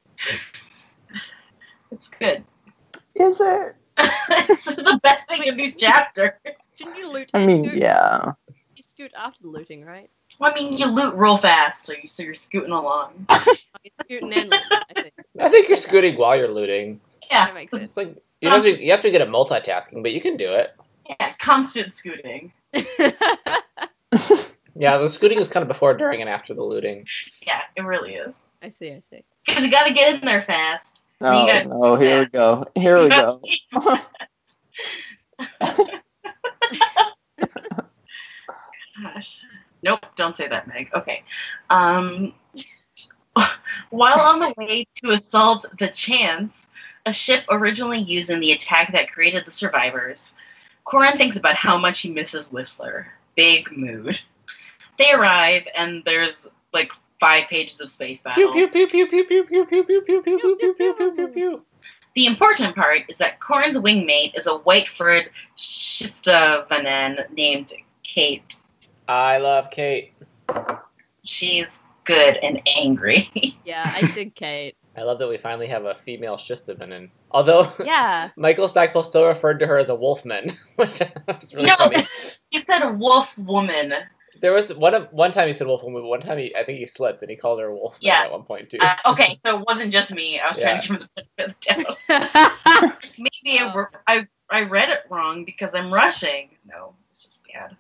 S1: It's good.
S2: Is it?
S1: it's the best thing in these chapters.
S5: Shouldn't you loot?
S2: I
S5: and
S2: mean,
S5: scoot?
S2: yeah.
S5: You scoot after looting, right?
S1: Well, I mean, you loot real fast, so, you, so you're scooting along.
S5: You scoot and then loot. I think
S6: I think you're scooting while you're looting.
S1: Yeah,
S5: that makes sense.
S6: It's like you have to you have to be good at multitasking, but you can do it.
S1: yeah, constant scooting.
S6: Yeah, the scooting is kind of before, during, and after the looting.
S1: Yeah, it really is.
S5: I see. I see.
S1: Because you gotta get in there fast.
S2: Oh
S1: got-
S2: no. Here we go. Here we go.
S1: Gosh. Nope, don't say that, Meg. Okay. Um, while on the way to assault the Chance, a ship originally used in the attack that created the survivors, Corin thinks about how much he misses Whistler. Big mood. They arrive, and there's like five pages of space battle.
S6: Pew pew pew pew pew pew pew pew pew pew pew pew pew pew pew pew pew.
S1: The important part is that Corin's wingmate is a white furred Shistavanen named Kate.
S6: I love Kate.
S1: She's good and angry.
S5: Yeah, I dig Kate.
S6: I love that we finally have a female Shistabanin. Although
S5: Yeah.
S6: Michael Stackpole still referred to her as a wolfman, which is really
S1: No.
S6: funny.
S1: he said a wolf woman.
S6: There was one of one time he said wolfman, but one time he I think he slipped and he called her a wolfman
S1: Yeah.
S6: at one point too.
S1: Uh, okay, so it wasn't just me. I was trying to give him the benefit of the doubt. Maybe I, re- I, I read it wrong because I'm rushing. No, it's just bad.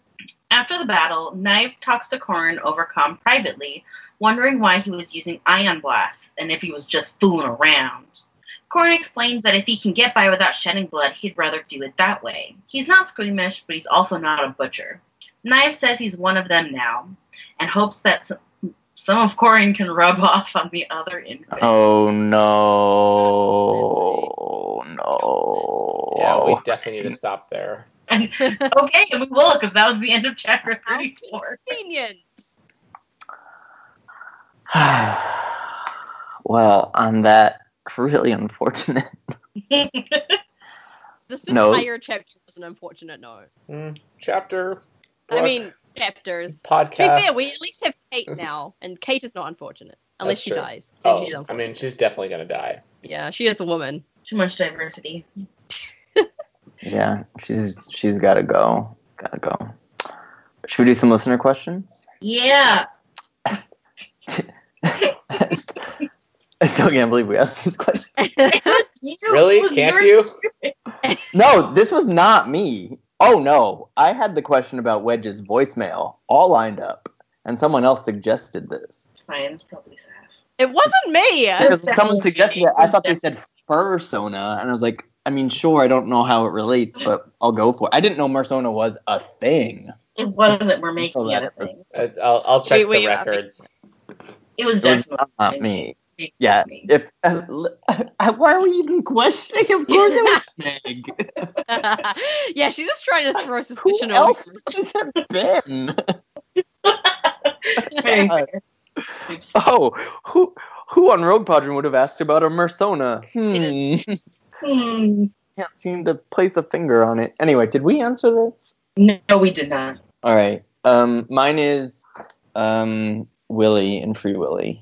S1: After the battle, Knife talks to Corin over comm privately, wondering why he was using ion blasts and if he was just fooling around. Corin explains that if he can get by without shedding blood, he'd rather do it that way. He's not squeamish, but he's also not a butcher. Knife says he's one of them now and hopes that s- Some of Corin can rub off on the other individual.
S2: Oh no, no.
S6: Yeah, we definitely need to stop there.
S1: Okay, we will, because that was the end of chapter 34.
S5: Convenient.
S2: well, on that really unfortunate.
S5: This
S2: No.
S5: entire chapter was an unfortunate note.
S6: Mm, chapter.
S5: I
S6: book,
S5: mean, chapters. To be
S6: podcast.
S5: fair, we at least have Kate now, and Kate is not unfortunate unless
S6: That's
S5: she
S6: true.
S5: dies. Then she's
S6: oh, I
S5: unfortunate.
S6: mean, she's definitely gonna die.
S5: yeah, she is a woman.
S1: Too much diversity.
S2: Yeah, she's she's gotta go. Gotta go. Should we do some listener questions?
S1: Yeah.
S2: I still can't believe we asked this question.
S1: You-
S6: Really?
S1: was
S6: Can't
S1: your-
S6: you?
S2: No, this was not me. Oh no, I had the question about Wedge's voicemail all lined up, and someone else suggested this.
S1: It's fine. It's probably Saf.
S5: it wasn't me.
S2: Because someone suggested it, I thought they said fursona, and I was like, I mean, sure, I don't know how it relates, but I'll go for it. I didn't know Mersona was a thing.
S1: It wasn't. We're
S2: Just so
S1: making it
S2: that
S1: a
S2: it was-
S1: thing.
S6: It's, I'll, I'll check
S5: Wait, uh, wait,
S6: the
S5: I think-
S6: records.
S1: It was
S2: It was
S1: definitely
S2: Not me. Yeah. If uh, why are we even questioning? Of course, it was Meg.
S5: yeah, she's just trying to throw
S2: Who
S5: suspicion on
S2: else has it been?
S1: Very
S2: God.
S1: fair. Oops.
S2: Oh, who who on Rogue Padron would have asked about a Mersona? Hmm.
S1: Hmm.
S2: Can't seem to place a finger on it. Anyway, did we answer this?
S1: No, we did not.
S2: All right. Um, mine is um, Willy and Free Willy.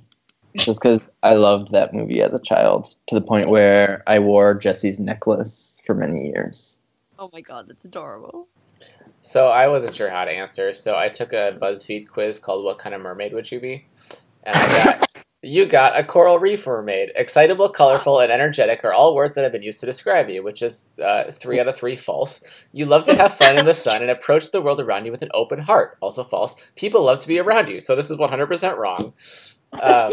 S2: Just because I loved that movie as a child to the point where I wore Jesse's necklace for many years.
S5: Oh my god, that's adorable.
S6: So I wasn't sure how to answer, so I took a BuzzFeed quiz called "What kind of mermaid would you be?" and I got you got a coral reef mermaid. Excitable, colorful, and energetic are all words that have been used to describe you, which is uh, three out of three false. You love to have fun in the sun and approach the world around you with an open heart, also false. People love to be around you, so this is one hundred percent wrong. Um,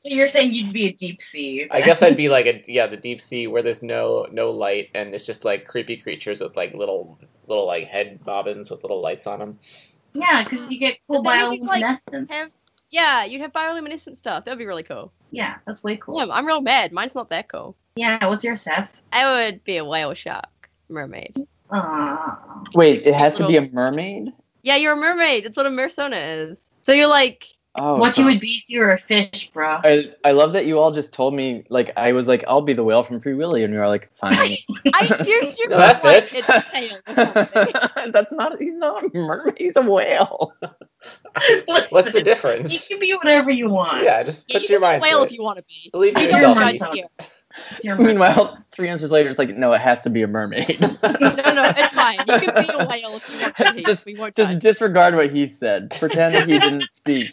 S1: So you're saying you'd be a deep sea.
S6: I guess I'd be like a yeah, the deep sea where there's no no light and it's just like creepy creatures with like little little like head bobbins with little lights on them.
S1: Yeah, because you get cool
S5: Does anything, like,
S1: bioluminescence.
S5: have- Yeah, you'd have bioluminescent stuff. That'd be really cool.
S1: Yeah, that's way cool.
S5: Yeah, I'm real mad. Mine's not that cool.
S1: Yeah, what's your Seth?
S5: I would be a whale shark mermaid.
S6: Oh,
S1: Aw.
S2: Wait, it has to be a mermaid?
S5: Yeah, you're a mermaid. That's what a mersona is. So you're like,
S2: Oh,
S1: what you
S2: sorry.
S1: would be if you were a fish, bro.
S2: I, I love that you all just told me like I was like I'll be the whale from Free Willy and you were like fine.
S5: I assumed you
S6: No,
S5: were
S6: that
S5: like
S6: fits.
S5: a tail or something.
S2: That's not he's not a mermaid, he's a whale.
S6: What's the
S1: You
S6: difference?
S1: can be whatever you want.
S6: Yeah, just
S5: Yeah,
S6: put
S5: you can
S6: your
S5: be a
S6: mind
S5: whale
S6: to
S5: if
S6: it.
S5: you want to be.
S6: Believe in
S5: We
S1: You're
S5: don't
S1: a mermaid.
S6: yourself.
S5: judge here.
S1: It's your
S2: Meanwhile, three answers later it's like, no, it has to be a mermaid.
S5: No, no, it's fine. You can be a whale if you want to be.
S2: Just-
S5: we won't
S2: Just
S5: judge.
S2: disregard what he said. Pretend he didn't speak.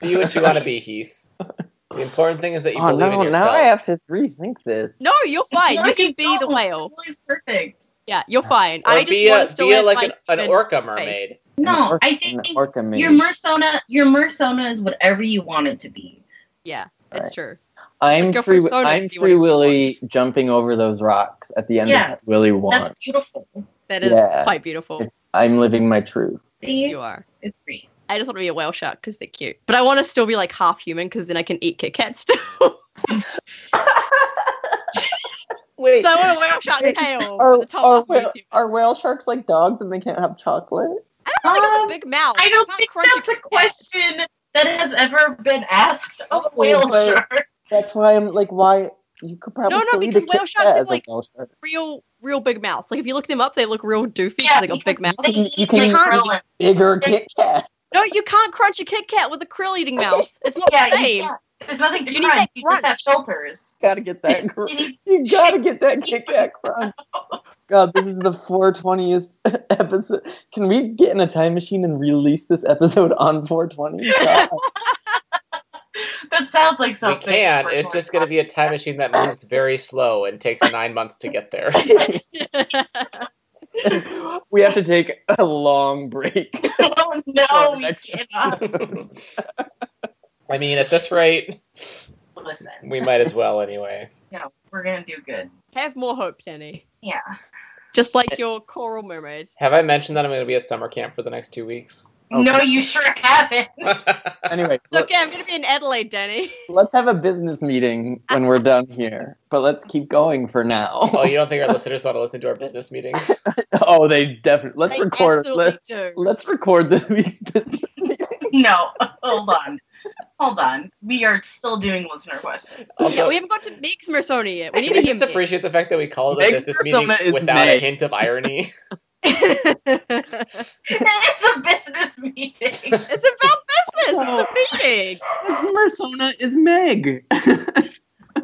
S6: Be what you want to be, Heath. The important thing is that you
S2: Oh
S6: believe
S2: no,
S6: in yourself.
S2: now I have to rethink this.
S5: No, you're fine.
S1: No,
S5: you can
S1: you
S5: be the
S1: don't.
S5: whale.
S1: Always perfect.
S5: Yeah, you're fine.
S6: Or
S5: I just
S6: be
S5: want
S6: a,
S5: to still
S6: be a,
S5: have my
S6: like an, an
S5: human-
S6: orca mermaid.
S2: An
S1: No,
S2: orca-
S1: I
S2: an
S1: think
S2: orca maid.
S1: your Mersona, your Mersona is whatever you want it to be.
S5: Yeah, that's
S2: Right.
S5: true.
S2: I'm
S5: go for
S2: free.
S5: Sonic
S2: I'm
S5: if you
S2: free
S5: wanna be
S2: Willy jumping over those rocks at the end
S1: Yeah.
S2: of Free Willy one.
S1: That's beautiful.
S5: That is
S2: Yeah.
S5: quite beautiful.
S2: I'm living my truth.
S1: See,
S5: You are.
S1: it's great.
S5: I just want to be a whale shark because they're cute. But I want to still be like half human because then I can eat Kit Kat still. so
S2: Wait.
S5: I want a whale shark tail.
S2: are,
S5: the top
S2: are,
S5: half of me
S2: whale,
S5: too.
S2: are whale sharks like dogs and they can't have chocolate?
S5: I don't got
S1: Um,
S5: a big mouth.
S1: I don't
S5: can't
S1: think
S5: crunch
S1: that's a
S5: Kit Kat.
S1: question that has ever been asked of a whale
S5: Oh,
S2: but-
S1: shark.
S2: That's why I'm like, why you could probably
S5: No, no,
S2: still eat
S5: because
S2: a Kit
S5: whale sharks
S2: Kat
S5: have,
S2: as a
S5: like-
S2: whale shark.
S5: Real, real big mouths. Like if you look them up, they look real doofy. 'cause
S1: Yeah,
S5: they got
S1: because
S5: big mouths.
S1: They
S2: You
S1: eat
S2: can eat-
S1: mackerel.
S2: bigger Kit Kat.
S5: No, you can't crunch a Kit Kat with a krill eating mouth. It's not
S1: Yeah,
S5: the
S1: you-
S5: same.
S1: yeah. There's nothing to
S5: You need
S1: crunch.
S5: that
S1: You just have
S5: crunch.
S1: filters.
S2: Gotta get that. Gr-
S1: You need-
S2: you gotta get that Kit Kat crunch. God, this is the 420th episode. Can we get in a time machine and release this episode on 420? God.
S1: that sounds like
S6: We
S1: something.
S6: can.
S1: for
S6: It's
S1: someone.
S6: just going to be a time machine that moves very slow and takes nine months to get there.
S2: we have to take a long break.
S1: Oh no,
S2: Sorry,
S1: we
S2: next-
S1: cannot.
S6: I mean, at this rate,
S1: Listen,
S6: we might as well anyway.
S1: no, we're gonna do good.
S5: Have more hope, Danny.
S1: Yeah.
S5: Just like your coral mermaid.
S6: Have I mentioned that I'm going to be at summer camp for the next two weeks?
S1: No, you sure haven't.
S2: Anyway,
S5: It's
S2: let,
S5: okay, I'm gonna be in Adelaide, Danny.
S2: us have a business meeting when we're done here, but let's keep going for now.
S6: oh, you don't think our listeners want to listen to our business meetings?
S2: oh, they definitely. Let's
S5: They
S2: record.
S5: absolutely
S2: Let,
S5: do.
S2: let's record this week's business meeting.
S1: No, hold on. Hold on. We are still doing listener questions.
S5: yeah,
S6: Also,
S5: we haven't got to Meg's Mersoni yet. We
S6: can
S5: need
S6: we
S5: to
S6: just appreciate the fact that we call it a
S2: Meg
S6: business
S2: Persona
S6: meeting
S2: is
S6: without a
S2: Meg.
S6: hint of irony?
S5: it's
S1: It's a business meeting.
S5: about business. It's a meeting.
S2: Persona is Meg.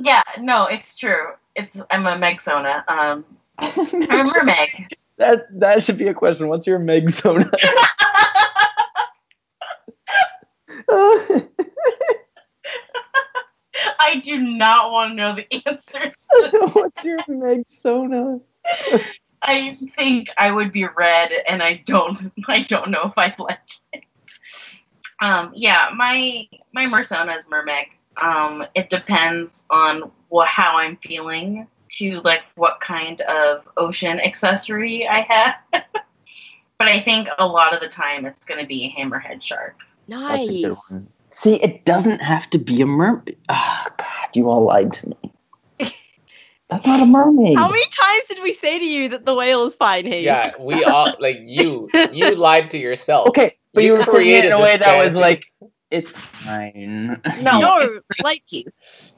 S1: Yeah, no, it's true. It's I'm a Megsona. Um, I remember Meg.
S2: that that should be a question. What's your Meg Zona?
S1: I do not want to know the answers.
S2: What's your Meg Zona?
S1: I think I would be red, and I don't. I don't know if I'd like it. Um, yeah, my my Mersona is Mermeg. Um, it depends on wha how I'm feeling to like what kind of ocean accessory I have. but I think a lot of the time it's going to be a hammerhead shark.
S2: That's a good
S5: Nice.
S2: one. See, it doesn't have to be a mermaid. Oh, God, you all lied to me. That's not a mermaid.
S5: How many times did we say to you that the whale is fine here?
S6: yeah, we all like you. You lied to
S2: Oh,
S6: yourself.
S2: Okay, but you,
S6: You
S2: were putting it
S6: created
S2: in a way
S6: this
S2: that was
S6: fantasy.
S2: like, it's fine.
S1: No,
S5: No, like
S1: you.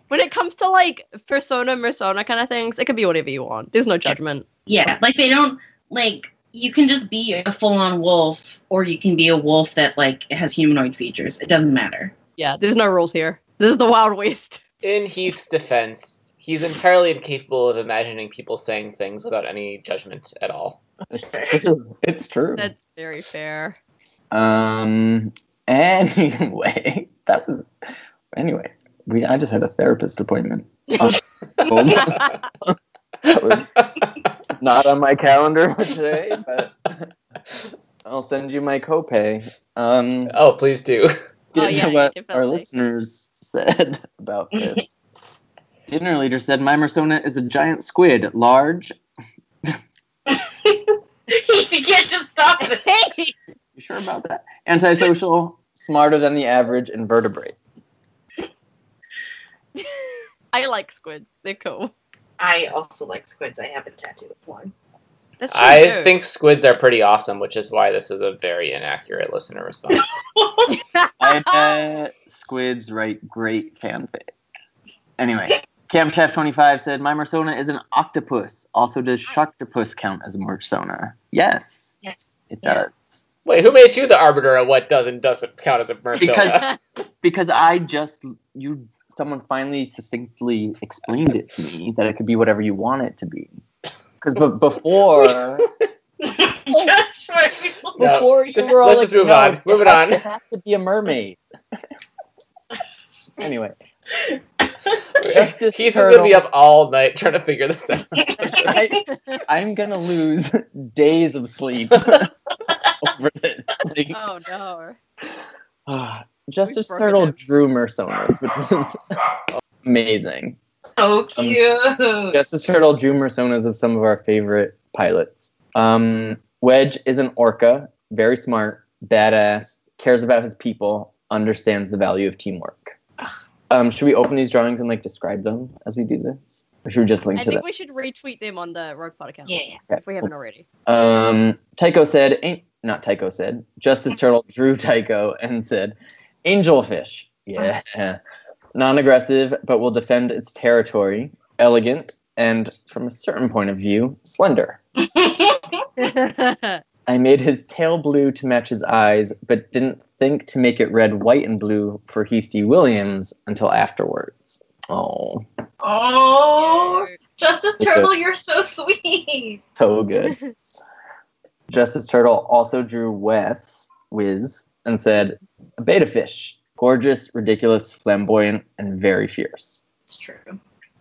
S5: when it comes to like persona, persona kind of things, it can be whatever you want. There's no judgment.
S1: Yeah, like they don't like you can just be a full-on wolf, or you can be a wolf that like has humanoid features. It doesn't matter.
S5: Yeah, there's no rules here. This is the Wild West.
S6: In Heath's defense, he's entirely incapable of imagining people saying things without any judgment at all.
S2: It's true. It's true.
S5: That's very fair.
S2: Um. Anyway, that was. Anyway, we. I just had a therapist appointment. Oh that was not on my calendar today, but I'll send you my copay. Um.
S6: oh, please do.
S5: Oh,
S2: get
S5: yeah,
S2: to what
S5: you felt
S2: our
S5: like-
S2: listeners said about this. Dinner leader said my persona is a giant squid, large.
S1: you can't just stop this.
S2: You sure about that? Antisocial, smarter than the average invertebrate.
S5: I like squids. They're cool.
S1: I also like squids. I have a tattoo of one.
S5: That's true.
S6: I
S5: too.
S6: think squids are pretty awesome, which is why this is a very inaccurate listener response.
S2: I bet squids write great fanfic. Anyway, Camshaft25 said, My Mersona is an octopus. Also, does Sharktopus count as a Mersona? Yes,
S1: Yes.
S2: it does.
S6: Wait, who made you the arbiter of what does and doesn't count as a persona?
S2: Because, because I just, you, someone finally succinctly explained it to me that it could be whatever you want it to be. Because b- before.
S1: Josh, why are we so-
S6: No,
S2: before you
S6: just-
S2: were all
S6: let's
S2: like,
S6: just move
S2: "No,
S6: on.
S2: it
S6: Move it
S2: has-
S6: on."
S2: It has to be a mermaid. anyway, Justice
S6: Heath is gonna be
S2: Turtle.
S6: up all night trying to figure this out.
S2: I, I'm gonna lose days of sleep over this. Like,
S5: Oh no.
S2: ah, Justice
S5: broken
S2: Turtle
S5: him.
S2: drew Mersonas, which was amazing.
S1: so cute.
S2: Justice Turtle drew Mersonas of some of our favorite pilots. Um, Wedge is an orca, very smart, badass, cares about his people, understands the value of teamwork. Um, should we open these drawings and like describe them as we do this? Or should we just link
S5: I
S2: to them?
S5: think we should retweet them on the Rogue Pod account
S1: Yeah, yeah.
S2: Okay,
S5: if we haven't already.
S2: Um, Tycho said, ain't, not Tycho said, Justice Turtle drew Tycho and said, angelfish. Yeah. Non aggressive, but will defend its territory. Elegant, and from a certain point of view, slender.
S5: That's
S2: I made his tail blue to match his eyes, but didn't think to make it red, white, and blue for Heath D. Williams until afterwards. Oh,
S1: oh, Justice Turtle, you're so sweet.
S2: so good. Justice Turtle also drew Wes, Wiz, and said, a beta fish. Gorgeous, ridiculous, flamboyant, and very fierce.
S1: It's true.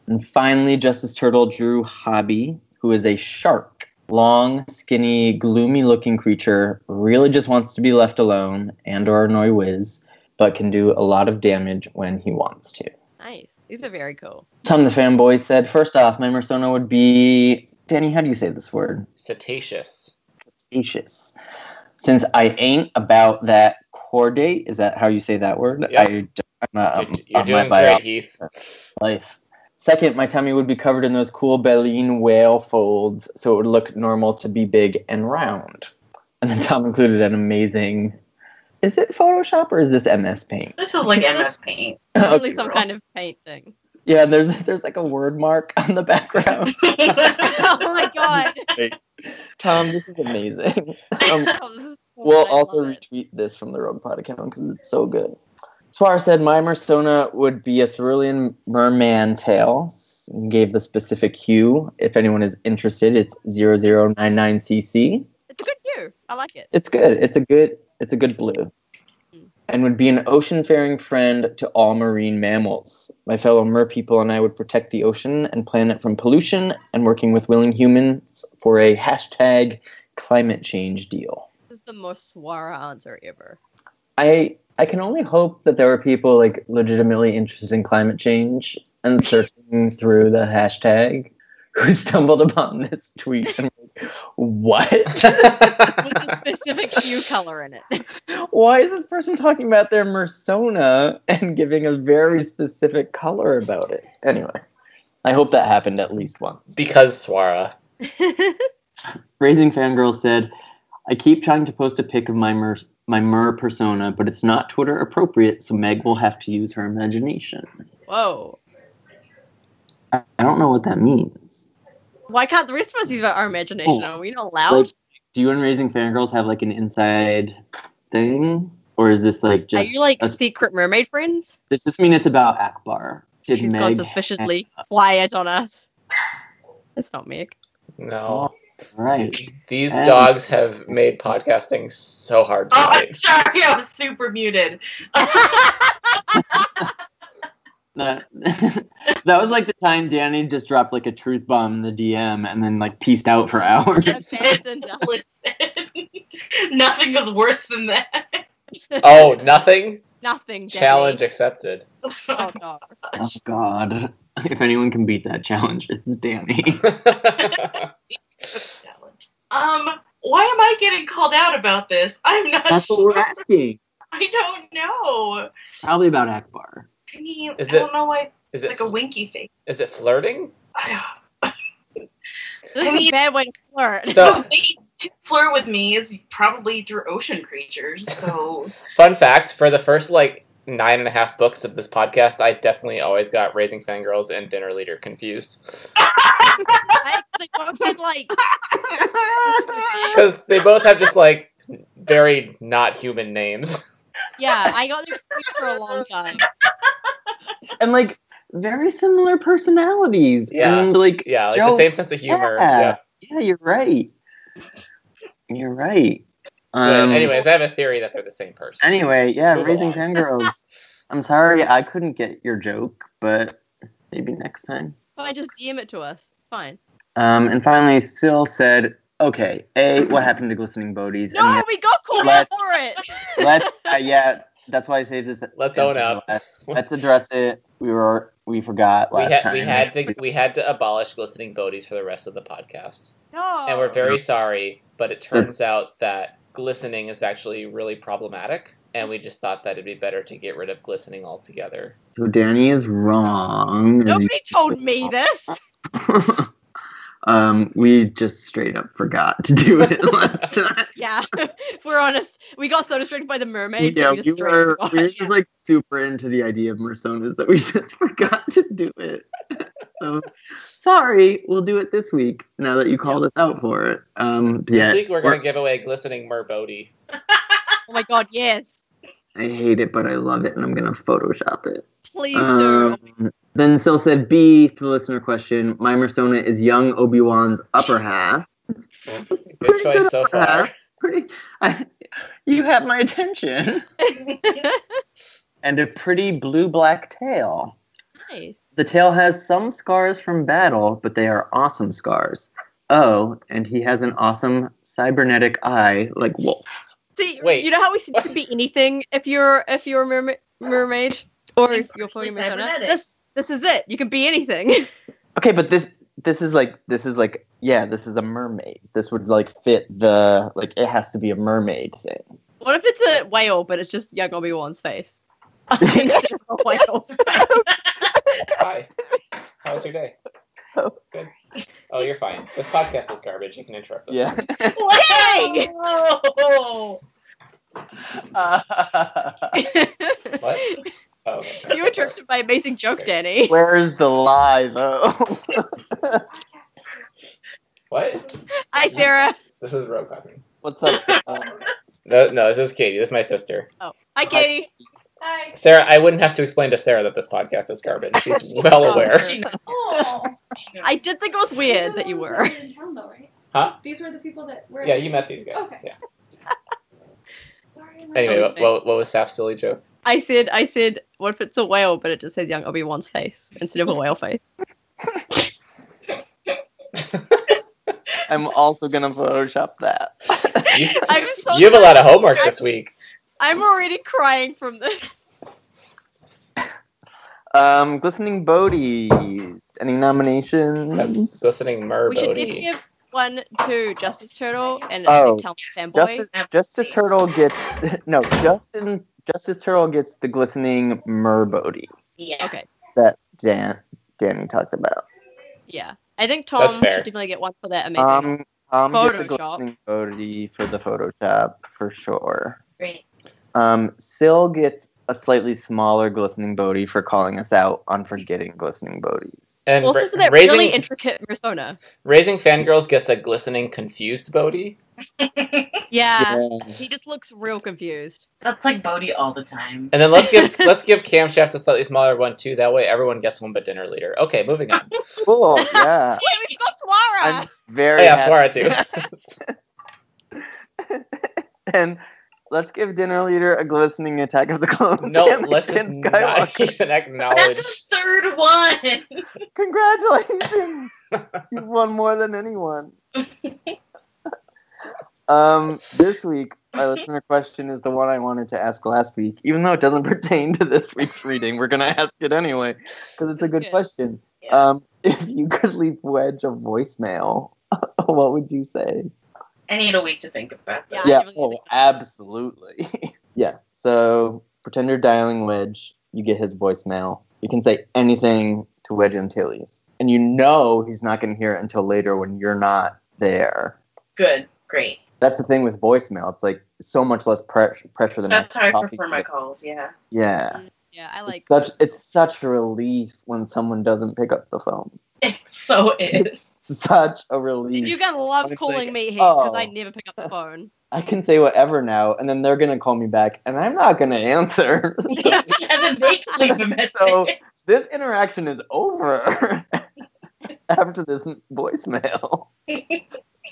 S2: And finally, Justice Turtle drew Hobby, who is a shark. Long, skinny, gloomy looking creature, really just wants to be left alone and or annoy Wiz, but can do a lot of damage when he wants to.
S5: nice. These are very cool.
S2: Tom the fanboy said, first off, my persona would be Danny, how do you say this word?
S6: Cetaceous.
S2: Cetaceous. since I ain't about that chordate, is that how you say that word?
S6: Yeah.
S2: I, am not um,
S6: You're, you're
S2: on
S6: doing
S2: my
S6: great,
S2: biology
S6: Heath.
S2: life. Second, my tummy would be covered in those cool baleen whale folds, so it would look normal to be big and round. And then Tom included an amazing. Is it Photoshop or is this MS Paint?
S1: This is like MS Paint.
S5: Probably
S2: Okay,
S5: some
S2: girl.
S5: kind of paint thing.
S2: Yeah, there's there's like a word mark on the background.
S5: oh my god.
S2: Tom, this is amazing. Um,
S5: Oh, this is cool.
S2: We'll
S5: I
S2: also
S5: love it.
S2: retweet this from the Rogue Pod account because it's so good. Swar said my persona would be a cerulean merman tail. and Gave the specific hue. If anyone is interested, it's 0099cc.
S5: It's a good view. I like it.
S2: It's good. It's a good. It's a good blue. And would be an ocean-faring friend to all marine mammals. My fellow mer people and I would protect the ocean and planet from pollution, and working with willing humans for a hashtag climate change deal.
S5: This is the most Suara answer ever.
S2: I I can only hope that there were people like legitimately interested in climate change and searching through the hashtag who stumbled upon this tweet and were like, what?
S5: With the specific hue color in it.
S2: Why is this person talking about their persona and giving a very specific color about it? Anyway, I hope that happened at least once.
S6: because Swara.
S2: Raising Fangirl said, I keep trying to post a pic of my mer, my mer persona, but it's not Twitter appropriate, so Meg will have to use her imagination.
S5: Whoa.
S2: I I don't know what that means.
S5: Why can't the rest of us use our imagination?
S2: Oh.
S5: Are we not allowed?
S2: Like, do you and Raising Fangirls have like an inside thing, or is this like
S5: Are
S2: just?
S5: you like
S2: a-
S5: secret mermaid friends?
S2: does this mean it's about Akbar? Did
S5: She's gone
S2: Meg-
S5: suspiciously quiet on us. That's not Meg.
S2: Oh.
S6: No.
S2: Right.
S6: These
S2: And-
S6: dogs have made podcasting so hard
S1: Oh, I'm
S6: tonight.
S1: sorry. I was super muted.
S2: That, that was like the time Danny just dropped like a truth bomb in the DM and then like peaced out for hours.
S5: Abandoned us.
S1: Listen, nothing was worse than that.
S6: Oh, nothing?
S5: Nothing. Danny.
S6: Challenge accepted.
S5: Oh, no.
S2: Oh God! If anyone can beat that challenge, it's Danny.
S1: Um, why am I getting called out about this? I'm not
S2: That's what we're
S1: sure.
S2: asking.
S1: I don't know.
S2: Probably about Akbar.
S1: I mean,
S6: Is
S1: I
S6: it-
S1: don't know why. It's
S6: is it
S1: like a winky face.
S6: is it flirting?
S1: I-
S5: This is a bad way to flirt.
S6: So-
S1: the way to flirt with me is probably through ocean creatures. So
S6: Fun fact: for the first like nine and a half books of this podcast, I definitely always got Raising Fangirls and Dinner Leader confused
S5: I actually wanted, like,
S6: because they both have just like very not human names.
S5: yeah, I got this confused for a long time.
S2: and like very similar personalities.
S6: Yeah.
S2: And like
S6: yeah, like the
S2: Joe-
S6: same sense of humor.
S2: Yeah.
S6: Yeah.
S2: Yeah, you're right. You're right.
S6: So,
S2: Um,
S6: anyways, I have a theory that they're the same person.
S2: Anyway, yeah,
S6: Move
S2: raising
S6: on.
S2: fangirls. I'm sorry I couldn't get your joke, but maybe next time.
S5: But I just DM it to us. It's fine.
S2: Um, and finally, Syl said, "Okay, a what happened to glistening bodies?"
S5: No,
S2: And
S5: Oh, we got called out
S2: Let's-
S5: for it.
S2: let's uh, yeah, that's why I saved this.
S6: Let's own
S2: until
S6: up.
S2: last- Let's address it. We were we forgot
S6: We
S2: last
S6: had
S2: time.
S6: we had to we had to abolish glistening bodies for the rest of the podcast,
S5: No.
S6: and we're very sorry. But it turns out that glistening is actually really problematic, and we just thought that it'd be better to get rid of glistening altogether.
S2: So Danny is wrong. and
S5: Nobody told me this.
S2: um, we just straight up forgot to do it last time.
S5: Yeah, if we're honest, we got so distracted by the mermaid.
S2: Yeah,
S5: that
S2: we
S5: we just straight
S2: were,
S5: forgot.
S2: we were just like super into the idea of Mersonas that we just forgot to do it. so sorry, we'll do it this week now that you called us out for it. Um, yeah,
S6: This week we're
S2: we're-
S6: gonna give away glistening merbody.
S5: Oh my god, yes.
S2: I hate it, but I love it, and I'm gonna Photoshop it.
S5: Please do.
S2: Um, then Syl said B for the listener question. My persona is young Obi Wan's upper half.
S6: Good choice so
S2: upper half.
S6: far.
S2: Pretty, I, you have my attention. and a pretty blue black tail.
S5: nice.
S2: The tail has some scars from battle, but they are awesome scars. Oh, and he has an awesome cybernetic eye like wolves.
S5: See,
S6: Wait.
S5: you know how we said it could be anything if you're if you're a merma- mermaid or if you're floating
S1: Cybernetic.
S5: persona. This this is it. You can be anything.
S2: Okay, but this this is like this is like yeah, this is a mermaid. This would like fit the like it has to be a mermaid thing.
S5: What if it's a whale, but it's just young Obi Wan's face? I think that's a whale.
S6: Hi. How's your day?
S2: Oh.
S6: Good. Oh, you're fine. This podcast is garbage. You can interrupt us.
S2: Yeah.
S5: Hey!
S1: Whoa!
S6: What? Oh, okay.
S5: you were interrupted by amazing joke, Danny.
S2: Where's the lie though?
S6: What?
S5: Hi, Sarah.
S6: This is rogue happening.
S2: What's up? Uh,
S6: No, no, this is Katie. This is my sister.
S5: Hi, Katie.
S7: Hi.
S6: Sarah, I wouldn't have to explain to Sarah that this podcast is garbage. She's well aware.
S7: Oh.
S5: Um, I did think it was
S7: These are
S5: weird
S7: the
S5: that you
S7: ones
S5: were.
S7: were in town, though, right?
S6: Huh?
S7: These were the people that were.
S6: Yeah, you met these guys.
S7: Okay.
S6: Yeah.
S7: Sorry. I'm
S6: Anyway,
S7: not-
S6: what, what, what was Saf's silly joke?
S5: I said, I said, what if it's a whale, but it just says young Obi Wan's face instead of a whale face?
S2: I'm also gonna Photoshop that.
S6: You,
S5: I'm so
S6: you have a lot of homework this week.
S5: I'm already crying from this.
S2: Um, glistening Bodies. Any nominations?
S6: That's listening
S5: We should definitely
S6: Merbody.
S5: give one to Justice Turtle and
S2: Oh.
S5: oh, Talent Fanboy.
S2: Justice, Justice Turtle gets no. Justin Justice Turtle gets the glistening Merbody
S1: Yeah.
S5: Okay,
S2: that Dan Danny talked about.
S5: yeah. I think Tom
S6: That's
S5: should
S6: fair.
S5: definitely get one for that amazing.
S2: Um, Tom gets the
S5: Photoshop.
S2: glistening Bodhi for the Photoshop for sure.
S1: Great.
S2: Um, Syl gets a slightly smaller glistening Bodhi for calling us out on forgetting glistening Bodhies.
S6: And
S5: also
S6: ra-
S5: for that
S6: raising,
S5: really intricate persona.
S6: raising Fangirls gets a glistening confused Bodhi.
S5: Yeah.
S2: Yeah.
S5: He just looks real confused.
S1: That's like Bodhi all the time.
S6: And then let's give let's give Camshaft a slightly smaller one too. That way everyone gets one but dinner leader. Okay, moving on.
S2: Cool. Yeah.
S5: Wait, we've got Swara!
S2: I'm very.
S6: Oh, yeah,
S2: happy.
S6: Swara too.
S2: And let's give dinner leader a glistening attack of the clone.
S6: no, let's just not even acknowledge.
S1: That's the third one.
S2: Congratulations! You've won more than anyone. um, this week, my listener question is the one I wanted to ask last week, even though it doesn't pertain to this week's reading. We're gonna ask it anyway because it's a good
S5: Good.
S2: question.
S1: Yeah.
S2: Um, if you could leave Wedge a voicemail, what would you say?
S1: I need a week to think about that.
S5: Yeah,
S2: yeah,
S5: give it a
S2: oh,
S5: little-
S2: absolutely. yeah. So pretend you're dialing Wedge. You get his voicemail. You can say anything to Wedge Antilles, and you know he's not going to hear it until later when you're not there.
S1: Good. Great.
S2: That's the thing with voicemail. It's like so much less pressure, pressure than
S1: That's how I
S2: actually
S1: prefer
S2: talking
S1: my
S2: to-
S1: calls. Yeah.
S2: Yeah,
S5: yeah, I
S2: like
S5: like
S2: such it's such a relief when someone doesn't pick up the phone.
S1: It so is.
S2: Such a relief.
S5: You're gonna love
S2: Honestly,
S5: calling me here because I
S2: oh.
S5: never pick up the phone.
S2: I can say whatever now, and then they're gonna call me back, and I'm not gonna answer.
S1: Yeah. And then they can leave a message.
S2: So- this interaction is over after this voicemail.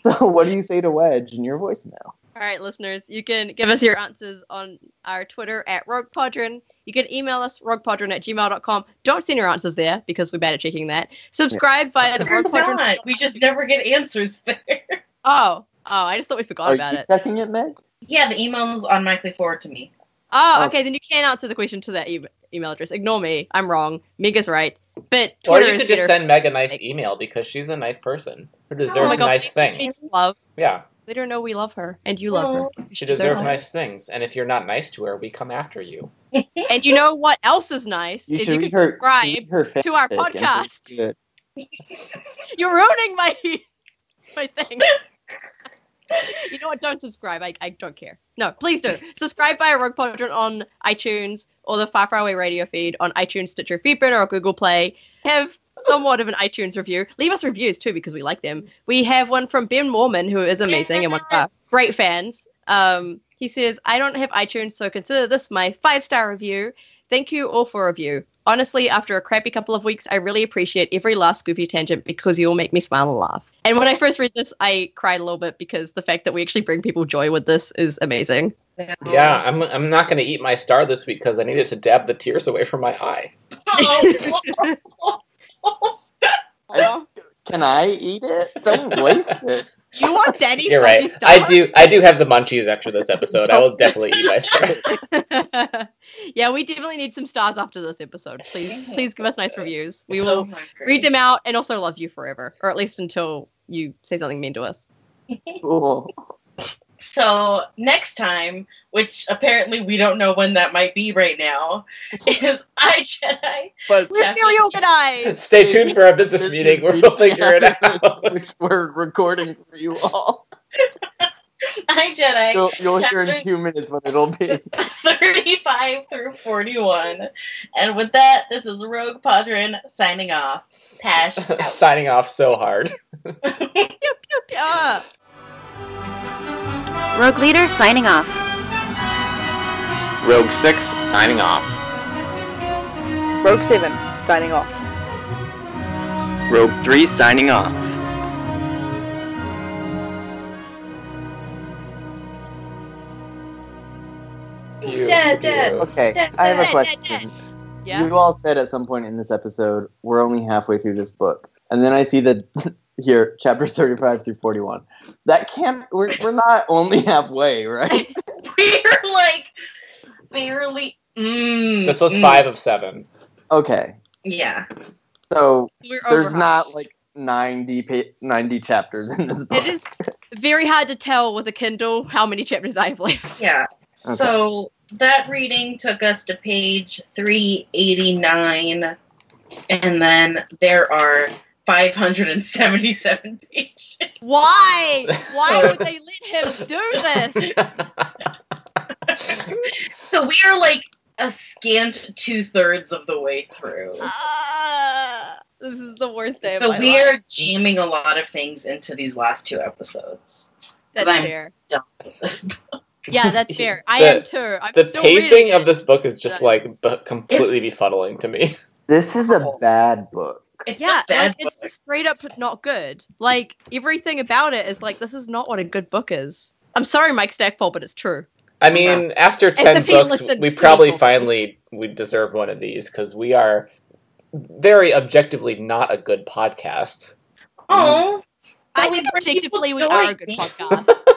S2: so what do you say to Wedge in your voicemail?
S5: All right, listeners, you can give us your answers on our Twitter at RoguePodron. You can email us, roguepodron at gmail.com. Don't send your answers there because we're bad at checking that. Subscribe via the
S1: We're
S5: Rogue Podron.
S1: not. We just never get answers there.
S5: Oh, oh, I just thought we forgot
S2: Are
S5: about
S2: Oh, you
S5: it.
S2: checking it, Meg?
S1: Yeah, the email's automatically forward to me.
S5: Oh,
S2: Oh.
S5: okay, then you can answer the question to that e- email address. Ignore me. I'm wrong. Mega's right. But
S6: Or
S5: Twitter
S6: you
S5: is
S6: could just
S5: better.
S6: send Meg a nice email because she's a nice person who deserves
S5: my God,
S6: nice
S5: She's
S6: things.
S5: love.
S6: Yeah,
S5: They don't know we love her, and you love her.
S6: she deserves
S5: her.
S6: nice things. And if you're not nice to her, we come after you.
S5: And you know what else is nice? is you can subscribe.
S2: read her
S5: to our
S2: fanfic and
S5: podcast.
S2: read it.
S5: You're ruining my my thing. you know what? Don't subscribe. I, I don't care. No, please do. subscribe via Rogue Podron on iTunes or the Far Far Away radio feed on iTunes, Stitcher, Feedburner, or Google Play. Have somewhat of an iTunes review. Leave us reviews too because we like them. We have one from Ben Mormon who is amazing and one of our great fans. Um, he says, "I don't have iTunes, so consider this my five star review. Thank you all for a review. Honestly, after a crappy couple of weeks, I really appreciate every last goofy tangent because you all make me smile and laugh. And when I first read this, I cried a little bit because the fact that we actually bring people joy with this is amazing.
S6: Yeah, I'm, I'm not going to eat my star this week because I needed to dab the tears away from my eyes.
S1: Oh,
S2: Can I eat it? Don't waste it.
S5: You want Daddy
S6: You're right. I do. I do have the munchies after this episode. I will definitely eat my star.
S5: do. yeah, we definitely need some stars after this episode. Please, please give us nice reviews. We
S1: Oh
S5: will read them out and also love you forever, or at least until you say something mean to us.
S2: Ooh.
S1: So next time, which apparently we don't know when that might be right now, is I Jedi.
S2: But
S5: We feel you tonight.
S6: Stay tuned for our business meeting where we'll figure it out.
S2: Which we're recording for you all.
S1: I Jedi.
S2: You'll, you'll hear in
S1: chapters
S2: two minutes what it'll be.
S1: 35 through 41. And with that, this is Rogue Padron signing off. Tash out.
S6: Signing off so hard.
S5: Yeah.
S3: Rogue Leader signing off.
S4: Rogue 6 signing off.
S8: Rogue Seven signing off.
S4: Rogue 3 signing off.
S6: Pew,
S1: Dad, dad.
S6: pew.
S2: Okay, I have a question.
S5: Yeah.
S2: You all said at some point in this episode, we're only halfway through this book. And then I see that here, chapters 35 through 41. That can't, we're, we're not only halfway, right?
S1: We're like barely. Mm,
S6: This was
S1: mm.
S6: five of seven.
S2: Okay,
S1: Yeah.
S2: so
S5: We're
S2: there's
S5: over.
S2: not like 90, pa- 90 chapters in this book.
S5: It is very hard to tell with a Kindle how many chapters I have left.
S1: Yeah.
S2: Okay.
S1: So that reading took us to page 389. And then there are 577 pages.
S5: Why? Why would they let him do this?
S1: So we are like a scant two thirds of the way through.
S5: Ah, this is the worst day of
S1: So
S5: my
S1: we
S5: life.
S1: are jamming a lot of things into these last two episodes.
S5: That's
S1: I'm-
S5: fair.
S1: This-
S5: Yeah, that's fair. I
S6: The-
S5: am too. I'm
S6: the
S5: still
S6: pacing
S5: reading
S6: of this book is just
S5: Yeah.
S6: like b- completely befuddling to me.
S2: This is a bad book.
S5: it.
S1: It's
S5: Yeah,
S1: a bad
S5: like,
S1: book.
S5: it's straight up not good. Like everything about it is like this is not what a good book is. I'm sorry, Mike Stackpole, but it's true.
S6: I mean, after ten
S5: if he
S6: books,
S5: listens
S6: we
S5: to
S6: probably
S5: people.
S6: finally we deserve one of these because we are very objectively not a good podcast.
S1: Oh,
S5: I
S1: But we
S5: think
S1: bring
S5: objectively
S1: people
S5: we are
S1: joy.
S5: a good podcast.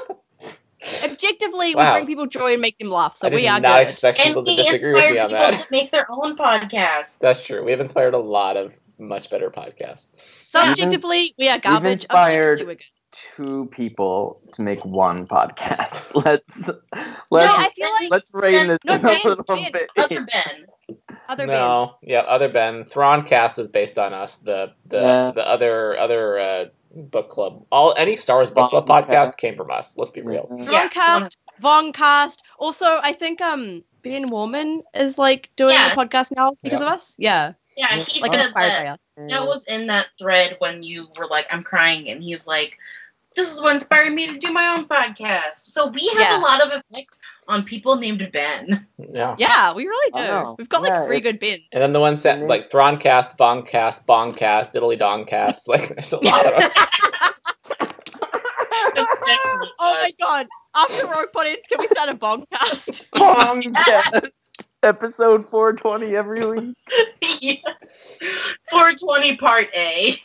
S5: objectively,
S6: Wow.
S5: we bring people joy and make them laugh, so
S6: I did
S5: we are
S6: not
S5: good.
S6: expect
S1: and
S6: people to
S1: we
S6: disagree with
S1: inspire
S6: me on
S1: people
S6: that.
S1: to make their own podcast.
S6: That's true. We have inspired a lot of much better podcasts.
S5: Subjectively, we are garbage.
S2: inspired-
S5: Objectively, we're good.
S2: Two people to make one podcast. Let's, let's,
S5: No, I feel like
S2: let's rein this
S5: no,
S2: in
S5: Ben,
S2: a little
S5: Ben,
S2: bit.
S1: Other Ben.
S5: other men.
S6: no, yeah, other Ben Throncast is based on us. The the
S2: Yeah.
S6: the other other uh, book club. All any Star Wars book club
S2: Throncast.
S6: podcast came from us. Let's be real.
S2: Yeah.
S1: Yeah.
S5: Voncast, Voncast. Also, I think um Ben Warman is like doing
S1: Yeah.
S5: a podcast now because
S6: Yeah.
S5: of us. Yeah,
S1: Yeah, he
S5: like
S1: said
S5: inspired by
S1: that
S5: us.
S1: that was in that thread when you were like, I'm crying, and he's like, This is what inspired me to do my own podcast. So we have
S5: Yeah.
S1: a lot of effect on people named Ben.
S6: Yeah.
S5: Yeah, we really do.
S2: I know.
S5: We've got like
S2: Yeah,
S5: three
S2: it-
S5: good Ben.
S6: And then the ones that like Throncast, Boncast, Bongcast, Diddly Dongcast. Like there's a lot of them.
S1: That's definitely
S5: Oh
S1: us.
S5: my god! After Rogue Potters, can we start a Voncast?
S2: Podcast. Episode 420 every week.
S1: Yeah. 420 part A.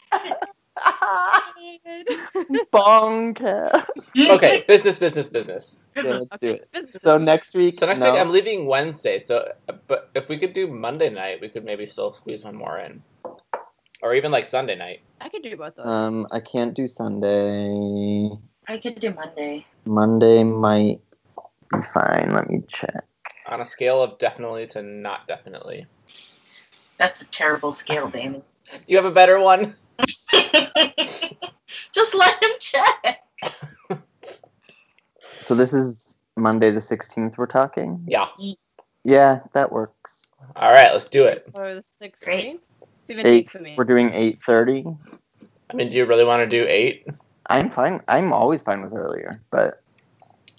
S2: Bongcast.
S6: Okay, business, business, business.
S2: Yeah, let's do it.
S5: Business.
S2: So next week.
S6: So next
S2: no.
S6: week I'm leaving Wednesday. So, uh, but if we could do Monday night, we could maybe still squeeze one more in, or even like Sunday night.
S5: I could do both of those.
S2: Um, I can't do Sunday.
S1: I could do Monday.
S2: Monday might be fine. Let me check.
S6: On a scale of definitely to not definitely.
S1: That's a terrible scale, Danny.
S6: Do you have a better one?
S1: Just let him check.
S2: So this is Monday the 16th we're talking?
S6: Yeah.
S2: Yeah, that works.
S6: All right, let's do it.
S5: So the sixteenth,
S1: Great.
S5: seventeenth
S2: Eight,
S5: for me.
S2: we're doing 8.30.
S6: I mean, do you really want to do eight?
S2: I'm fine. I'm always fine with earlier, but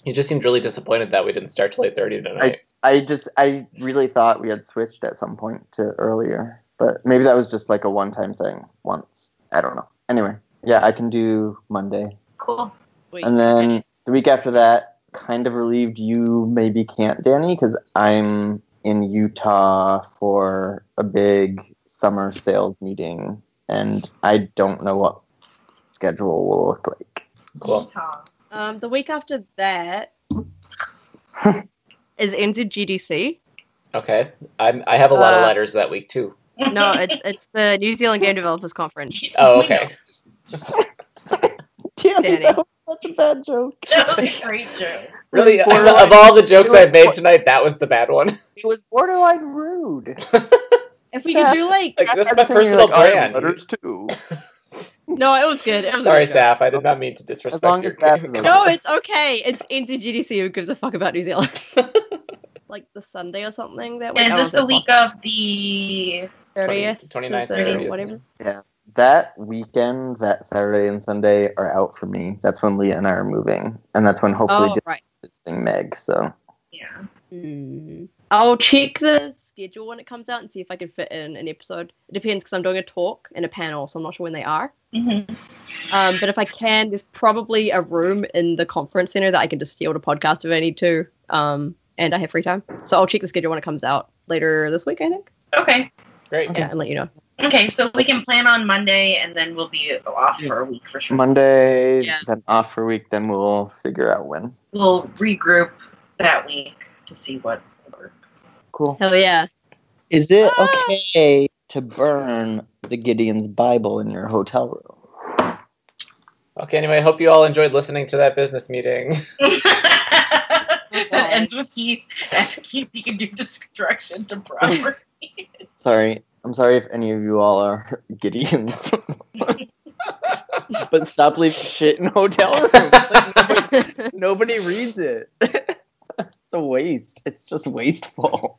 S6: You just seemed really disappointed that we didn't start till eight thirty tonight.
S2: I just, I really thought we had switched at some point to earlier, but maybe that was just like a one time thing once. I don't know. Anyway, yeah, I can do Monday.
S1: Cool.
S5: Wait.
S2: And then the week after that, kind of relieved you maybe can't, Danny, because I'm in Utah for a big summer sales meeting, and I don't know what schedule will look like.
S6: Cool.
S1: Yeehaw.
S5: Um, the week after that is NZGDC.
S6: Okay. I'm, I have a lot of
S5: Uh,
S6: letters that week too.
S5: No, it's it's the New Zealand Game Developers Conference.
S6: Oh, okay.
S2: Damn
S5: Danny.
S2: it, that was such a bad joke.
S1: that was a great joke.
S6: Really,
S2: borderline-
S6: of all the jokes
S2: it was
S6: I've made
S2: por-
S6: tonight, that was the bad one.
S2: It was borderline rude.
S5: If we could do like
S6: Like, that's my personal brand.
S2: Letters too.
S5: no, it was good. It was
S6: Sorry,
S5: good.
S6: Saf. I did not mean to disrespect
S2: long
S6: your.
S2: as that's enough.
S5: No, it's okay. It's NZGDC who gives a fuck about New Zealand. like the Sunday or something that week.
S1: Is
S5: Oh,
S1: this
S5: that
S1: the week of the?
S5: thirtieth,
S6: 29th, 30th,
S5: whatever?
S2: That weekend, that Saturday and Sunday are out for me. That's when Leah and I are moving, and that's when hopefully
S5: Oh right.
S2: visiting Meg. So
S1: Yeah.
S5: Hmm. I'll check the schedule when it comes out and see if I can fit in an episode. It depends because I'm doing a talk and a panel, so I'm not sure when they are.
S1: Mhm.
S5: Um, but if I can, there's probably a room in the conference center that I can just steal to podcast if I need to. Um, and I have free time, so I'll check the schedule when it comes out later this week, I think.
S1: Okay.
S6: Great.
S5: Yeah, and let you know.
S1: Okay. So we can plan on Monday, and then we'll be off for a week for sure.
S2: Monday,
S5: Yeah.
S2: then off for a week, then we'll figure out when.
S1: We'll regroup that week to see what.
S2: Cool.
S5: Hell yeah.
S2: Is it
S5: Ah.
S2: okay to burn the Gideon's Bible in your hotel room?
S6: Okay. Anyway, I hope you all enjoyed listening to that business meeting.
S1: that ends with he as Keith, he can do destruction to property.
S2: Sorry. I'm sorry if any of you all are Gideons. but stop leaving shit in hotel rooms. Like, nobody, nobody reads it. it's a waste. It's just wasteful.